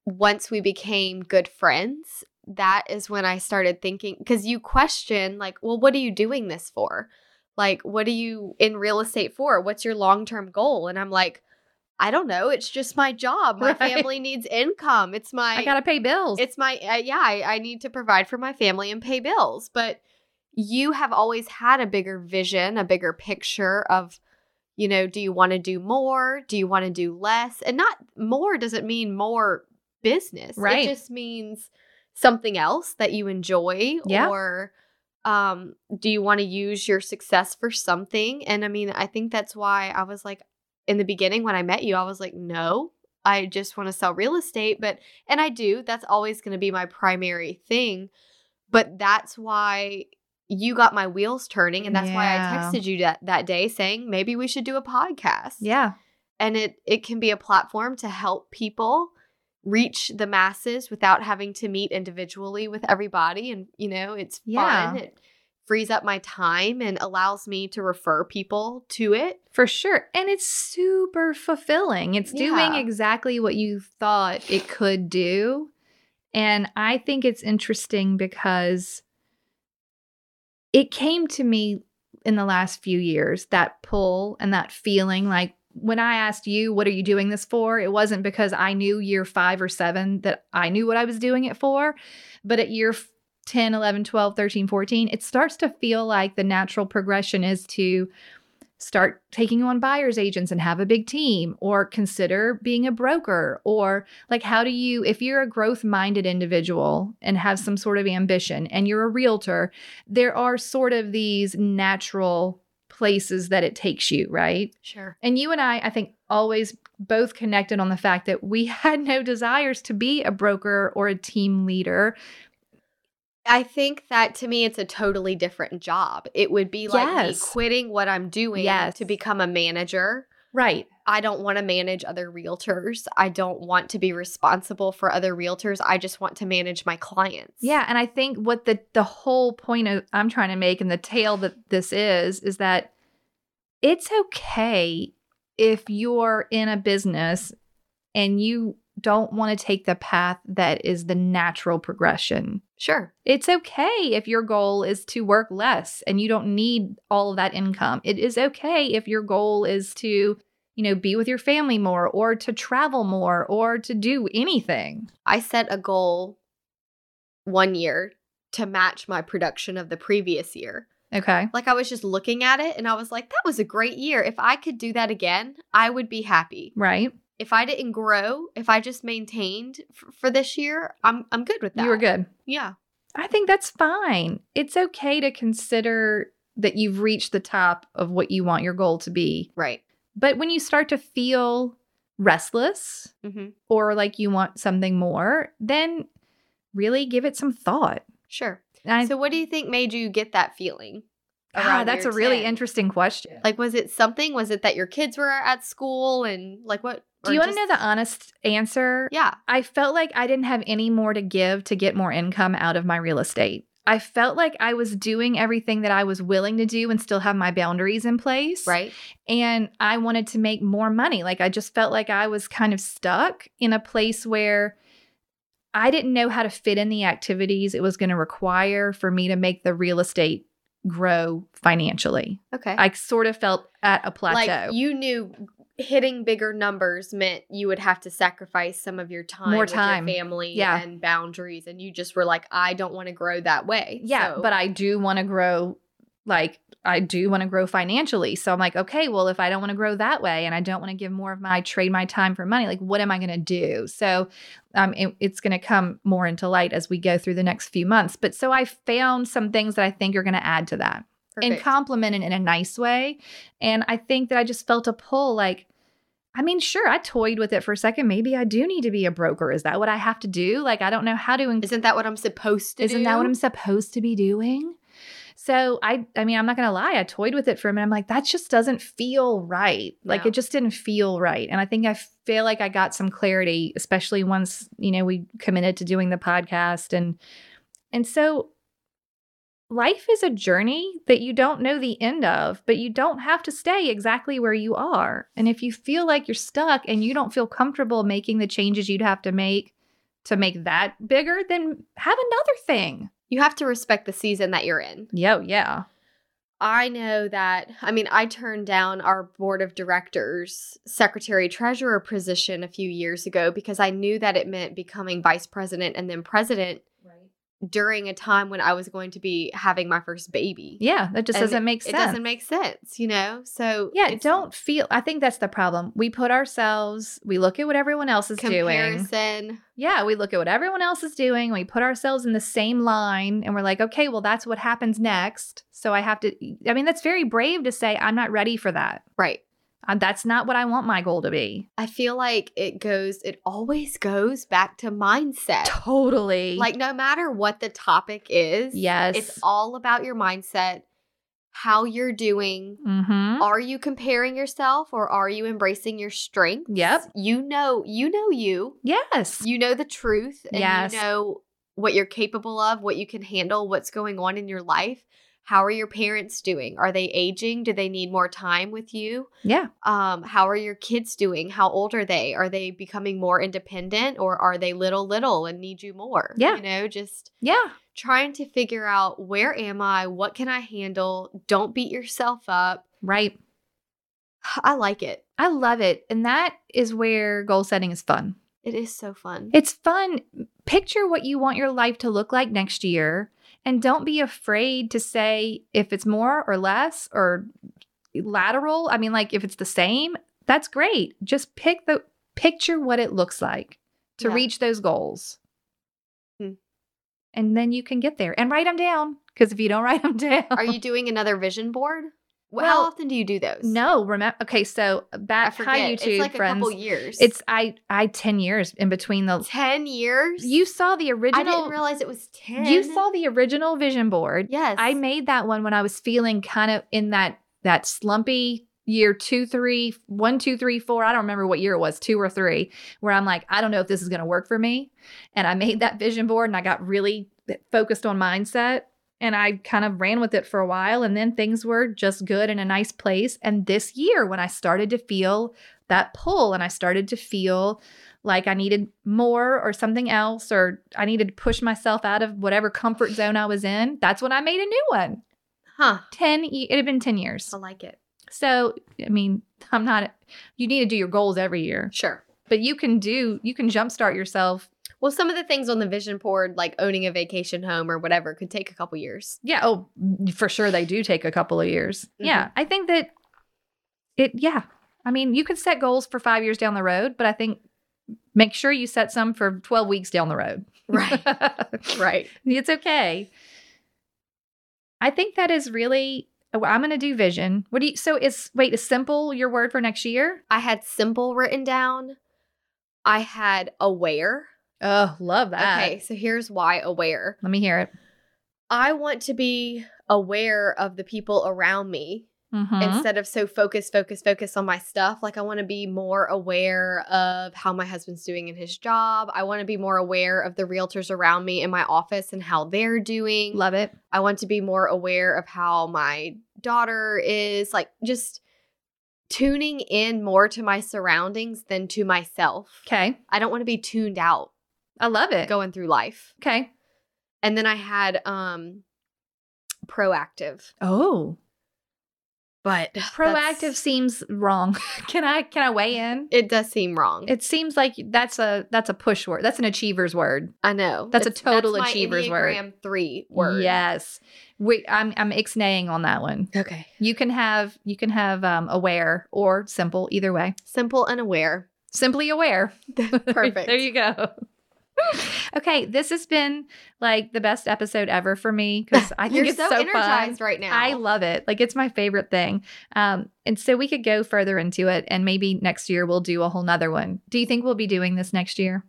Speaker 5: once we became good friends, that is when I started thinking because you question, like, well, what are you doing this for? Like, what are you in real estate for? What's your long term goal? And I'm like, I don't know. It's just my job. My
Speaker 3: Right.
Speaker 5: family needs income. It's my
Speaker 3: I, got to pay bills.
Speaker 5: It's my uh, yeah. I, I need to provide for my family and pay bills. But you have always had a bigger vision, a bigger picture of, you know, do you want to do more? Do you want to do less? And not more doesn't mean more business.
Speaker 3: Right.
Speaker 5: It just means something else that you enjoy
Speaker 3: Yeah.
Speaker 5: or um do you want to use your success for something and i mean i think that's why i was like in the beginning when i met you i was like no i just want to sell real estate but and I do. That's always going to be my primary thing. But that's why you got my wheels turning and that's
Speaker 3: Yeah.
Speaker 5: why I texted you that, that day saying maybe we should do a podcast.
Speaker 3: yeah.
Speaker 5: And it it can be a platform to help people reach the masses without having to meet individually with everybody and you know, it's
Speaker 3: Yeah.
Speaker 5: fun. It frees up my time and allows me to refer people to it.
Speaker 3: For sure. And it's super fulfilling. It's doing
Speaker 5: Yeah.
Speaker 3: exactly what you thought it could do. And I think it's interesting because it came to me in the last few years that pull and that feeling like when I asked you, what are you doing this for? It wasn't because I knew year five or seven that I knew what I was doing it for. But at year f- 10, 11, 12, 13, 14, it starts to feel like the natural progression is to start taking on buyer's agents and have a big team or consider being a broker or like how do you if you're a growth minded individual and have some sort of ambition and you're a realtor there are sort of these natural places that it takes you right
Speaker 5: Sure.
Speaker 3: and you and I, I think, always both connected on the fact that we had no desires to be a broker or a team leader.
Speaker 5: I think that to me, it's a totally different job. It would be like me
Speaker 3: Yes.
Speaker 5: quitting what I'm doing
Speaker 3: Yes.
Speaker 5: to become a manager.
Speaker 3: Right.
Speaker 5: I don't want to manage other realtors. I don't want to be responsible for other realtors. I just want to manage my clients.
Speaker 3: Yeah. And I think what the the whole point of, I'm trying to make and the tale that this is is that it's okay if you're in a business and you don't want to take the path that is the natural progression.
Speaker 5: Sure.
Speaker 3: It's okay if your goal is to work less and you don't need all of that income. It is okay if your goal is to, you know, be with your family more or to travel more or to do anything.
Speaker 5: I set a goal one year to match my production of the previous year.
Speaker 3: Okay.
Speaker 5: Like I was just looking at it and I was like, that was a great year. If I could do that again, I would be happy.
Speaker 3: Right.
Speaker 5: If I didn't grow, if I just maintained f- for this year, I'm I'm good with that.
Speaker 3: You were good.
Speaker 5: Yeah.
Speaker 3: I think that's fine. It's okay to consider that you've reached the top of what you want your goal to be.
Speaker 5: Right.
Speaker 3: But when you start to feel restless
Speaker 5: hmm
Speaker 3: or like you want something more, then really give it some thought.
Speaker 5: Sure.
Speaker 3: I,
Speaker 5: so, what do you think made you get that feeling?
Speaker 3: God,
Speaker 5: around
Speaker 3: that's a
Speaker 5: year
Speaker 3: really
Speaker 5: 10?
Speaker 3: interesting question.
Speaker 5: Like, was it something? Was it that your kids were at school and like what?
Speaker 3: Do
Speaker 5: or
Speaker 3: you want to
Speaker 5: just-
Speaker 3: know the honest answer?
Speaker 5: Yeah.
Speaker 3: I felt like I didn't have any more to give to get more income out of my real estate. I felt like I was doing everything that I was willing to do and still have my boundaries in place.
Speaker 5: Right.
Speaker 3: And I wanted to make more money. Like I just felt like I was kind of stuck in a place where I didn't know how to fit in the activities it was going to require for me to make the real estate grow financially.
Speaker 5: Okay.
Speaker 3: I sort of felt at a plateau.
Speaker 5: like you knew hitting bigger numbers meant you would have to sacrifice some of your time,
Speaker 3: More
Speaker 5: with your
Speaker 3: time.
Speaker 5: family,
Speaker 3: Yeah.
Speaker 5: and boundaries, and you just were like, I don't want to grow that way.
Speaker 3: yeah,
Speaker 5: So-
Speaker 3: but I do want to grow like I do want to grow financially. So I'm like, okay, well, if I don't want to grow that way and I don't want to give more of my trade my time for money, like what am I going to do? So um it- it's going to come more into light as we go through the next few months. But so I found some things that I think are going to add to that. and
Speaker 5: Perfect.
Speaker 3: compliment it in a nice way. And I think that I just felt a pull like, I mean, sure, I toyed with it for a second. Maybe I do need to be a broker. Is that what I have to do? Like, I don't know how to.
Speaker 5: isn't that what I'm supposed to
Speaker 3: Isn't
Speaker 5: do?
Speaker 3: that what I'm supposed to be doing? So I I mean, I'm not gonna lie, I toyed with it for a minute. I'm like, that just doesn't feel right. Like
Speaker 5: No.
Speaker 3: it just didn't feel right. And I think I feel like I got some clarity, especially once, you know, we committed to doing the podcast and and so life is a journey that you don't know the end of, but you don't have to stay exactly where you are. And if you feel like you're stuck and you don't feel comfortable making the changes you'd have to make to make that bigger, then have another thing.
Speaker 5: You have to respect the season that you're in.
Speaker 3: Yo, yeah.
Speaker 5: I know that, I mean, I turned down our board of directors secretary treasurer position a few years ago because I knew that it meant becoming vice president and then president during a time when I was going to be having my first baby.
Speaker 3: Yeah, that just
Speaker 5: And
Speaker 3: doesn't make sense.
Speaker 5: It doesn't make sense, you know? So,
Speaker 3: yeah,
Speaker 5: it's
Speaker 3: don't feel. I think that's the problem. We put ourselves, we look at what everyone else is doing.
Speaker 5: comparison.
Speaker 3: Yeah, we look at what everyone else is doing. We put ourselves in the same line and we're like, okay, well, that's what happens next. So I have to, I mean, that's very brave to say, I'm not ready for that.
Speaker 5: Right.
Speaker 3: Um, that's not what I want my goal to be.
Speaker 5: I feel like it goes, it always goes back to mindset.
Speaker 3: Totally.
Speaker 5: Like, no matter what the topic is,
Speaker 3: yes.
Speaker 5: it's all about your mindset, how you're doing.
Speaker 3: mm-hmm.
Speaker 5: Are you comparing yourself or are you embracing your strengths?
Speaker 3: Yep.
Speaker 5: You know, you know you.
Speaker 3: Yes.
Speaker 5: You know the truth and
Speaker 3: Yes.
Speaker 5: you know what you're capable of, what you can handle, what's going on in your life. How are your parents doing? Are they aging? Do they need more time with you?
Speaker 3: yeah.
Speaker 5: um how are your kids doing how old are they are they becoming more independent or are they little little and need you more
Speaker 3: Yeah.
Speaker 5: you know just
Speaker 3: Yeah.
Speaker 5: trying to figure out where am i what can i handle don't beat yourself up
Speaker 3: Right.
Speaker 5: i like it
Speaker 3: I love it. And that is where goal setting is fun.
Speaker 5: it is so fun
Speaker 3: It's fun. Picture what you want your life to look like next year and don't be afraid to say if it's more or less or lateral. I mean like if it's the same, that's great. Just pick the picture what it looks like to
Speaker 5: Yeah.
Speaker 3: reach those goals.
Speaker 5: Hmm.
Speaker 3: And then you can get there and write them down because if you don't write them down
Speaker 5: are you doing another vision board well, how
Speaker 3: Well,
Speaker 5: often do you do those
Speaker 3: No, remember Okay, so
Speaker 5: i
Speaker 3: back
Speaker 5: forget
Speaker 3: hi YouTube
Speaker 5: it's like
Speaker 3: friends.
Speaker 5: a couple years
Speaker 3: It's I I 10 years in between the
Speaker 5: 10 years
Speaker 3: you saw the
Speaker 5: i
Speaker 3: original
Speaker 5: didn't realize it was 10
Speaker 3: You saw the original vision board.
Speaker 5: yes
Speaker 3: I made that one when I was feeling kind of in that that slumpy year two, three, one, two, three, four. I don't remember what year it was, two or three, where I'm like, I don't know if this is gonna work for me. And I made that vision board and I got really eh, focused on mindset. And I kind of ran with it for a while, and then things were just good in a nice place. And this year, when I started to feel that pull and I started to feel like I needed more or something else, or I needed to push myself out of whatever comfort zone I was in, that's when I made a new one.
Speaker 5: huh
Speaker 3: 10, ye- it had been 10 years.
Speaker 5: i like it
Speaker 3: So, I mean, I'm not, you need to do your goals every year,
Speaker 5: sure
Speaker 3: but you can do, you can jumpstart yourself.
Speaker 5: Well, some of the things on the vision board, like owning a vacation home or whatever, could take a couple years.
Speaker 3: Yeah. Oh, for sure. They do take a couple of years. Yeah. I think that it, yeah. I mean, you could set goals for five years down the road, but I think make sure you set some for 12 weeks down the road.
Speaker 5: right.
Speaker 3: It's okay. I think that is really. oh, I'm going to do vision. What do you? So is wait is simple your word for next year?
Speaker 5: I had simple written down. I had aware.
Speaker 3: Oh, love
Speaker 5: okay, so here's why aware.
Speaker 3: Let me hear it.
Speaker 5: I want to be aware of the people around me
Speaker 3: Mhm.
Speaker 5: instead of so focused, focus, focus on my stuff. Like I want to be more aware of how my husband's doing in his job. I want to be more aware of the realtors around me in my office and how they're doing.
Speaker 3: Love it.
Speaker 5: I want to be more aware of how my daughter is, like just tuning in more to my surroundings than to myself.
Speaker 3: Okay.
Speaker 5: I don't want to be tuned out.
Speaker 3: I love it.
Speaker 5: going through life.
Speaker 3: Okay.
Speaker 5: And then I had um proactive.
Speaker 3: Oh,
Speaker 5: But
Speaker 3: proactive
Speaker 5: that's-
Speaker 3: seems wrong. can I can I weigh in?
Speaker 5: it does seem wrong.
Speaker 3: It seems like that's a that's a push word. That's an achiever's word.
Speaker 5: I know.
Speaker 3: That's a
Speaker 5: It's-
Speaker 3: total
Speaker 5: my
Speaker 3: achiever's word.
Speaker 5: Enneagram Three word.
Speaker 3: Yes. We I'm I'm ixnaying on that one.
Speaker 5: Okay.
Speaker 3: You can have you can have um aware or simple either way.
Speaker 5: Simple and aware.
Speaker 3: Simply aware.
Speaker 8: Perfect.
Speaker 3: there you go. okay, this has been like the best episode ever for me because I think
Speaker 5: You're
Speaker 3: it's
Speaker 5: so,
Speaker 3: so,
Speaker 5: energized
Speaker 3: fun.
Speaker 5: right now.
Speaker 3: I love it. Like it's my favorite thing. Um, and so we could go further into it, and maybe next year we'll do a whole nother one. Do you think we'll be doing this next year?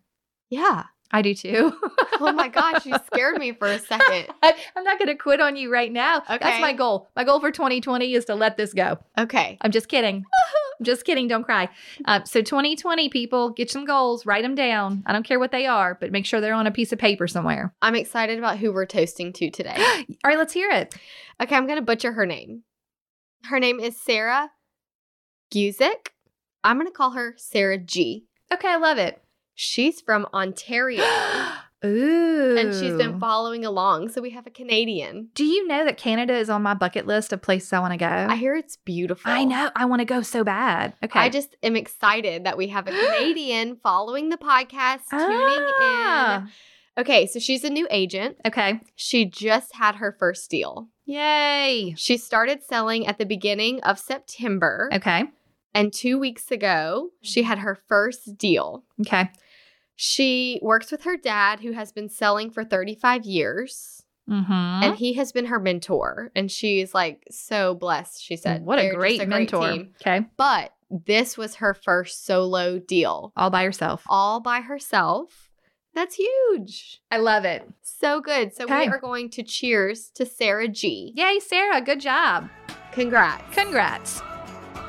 Speaker 5: yeah.
Speaker 3: I do too.
Speaker 5: Oh my gosh, you scared me for a second.
Speaker 3: I, am not going to quit on you right now. That's
Speaker 5: Okay.
Speaker 3: my goal. My goal for 2020 is to let this go.
Speaker 8: Okay.
Speaker 3: I'm just kidding. I'm just kidding. Don't cry. Uh, so 2020 people, get some goals, write them down. I don't care what they are, but make sure they're on a piece of paper somewhere.
Speaker 5: I'm excited about who we're toasting to today.
Speaker 3: All right, let's hear it.
Speaker 5: Okay, I'm gonna butcher her name. Her name is Sarah Guzik. I'm gonna call her Sarah G.
Speaker 3: Okay, I love it.
Speaker 5: She's from Ontario
Speaker 3: Ooh.
Speaker 5: and she's been following along. So we have a Canadian.
Speaker 3: Do you know that Canada is on my bucket list of places I want to go?
Speaker 5: I hear it's beautiful.
Speaker 3: I know. I want to go so bad. Okay.
Speaker 5: I just am excited that we have a Canadian following the podcast, tuning
Speaker 3: Ah.
Speaker 5: in. Okay, so she's a new agent.
Speaker 3: Okay.
Speaker 5: She just had her first deal.
Speaker 3: Yay.
Speaker 5: She started selling at the beginning of September.
Speaker 3: Okay.
Speaker 5: And two weeks ago, she had her first deal.
Speaker 3: Okay.
Speaker 5: She works with her dad, who has been selling for 35 years,
Speaker 3: Mm-hmm.
Speaker 5: and he has been her mentor. And she's like so blessed, she said.
Speaker 3: what
Speaker 5: They're
Speaker 3: a
Speaker 5: just
Speaker 3: great mentor.
Speaker 5: team.
Speaker 3: Okay.
Speaker 5: But this was her first solo deal
Speaker 3: All by yourself.
Speaker 5: all by herself. That's huge.
Speaker 3: I love it.
Speaker 5: So good. So we
Speaker 3: Okay.
Speaker 5: are going to cheers to Sarah G.
Speaker 3: Yay, Sarah. Good job.
Speaker 5: Congrats.
Speaker 3: Congrats.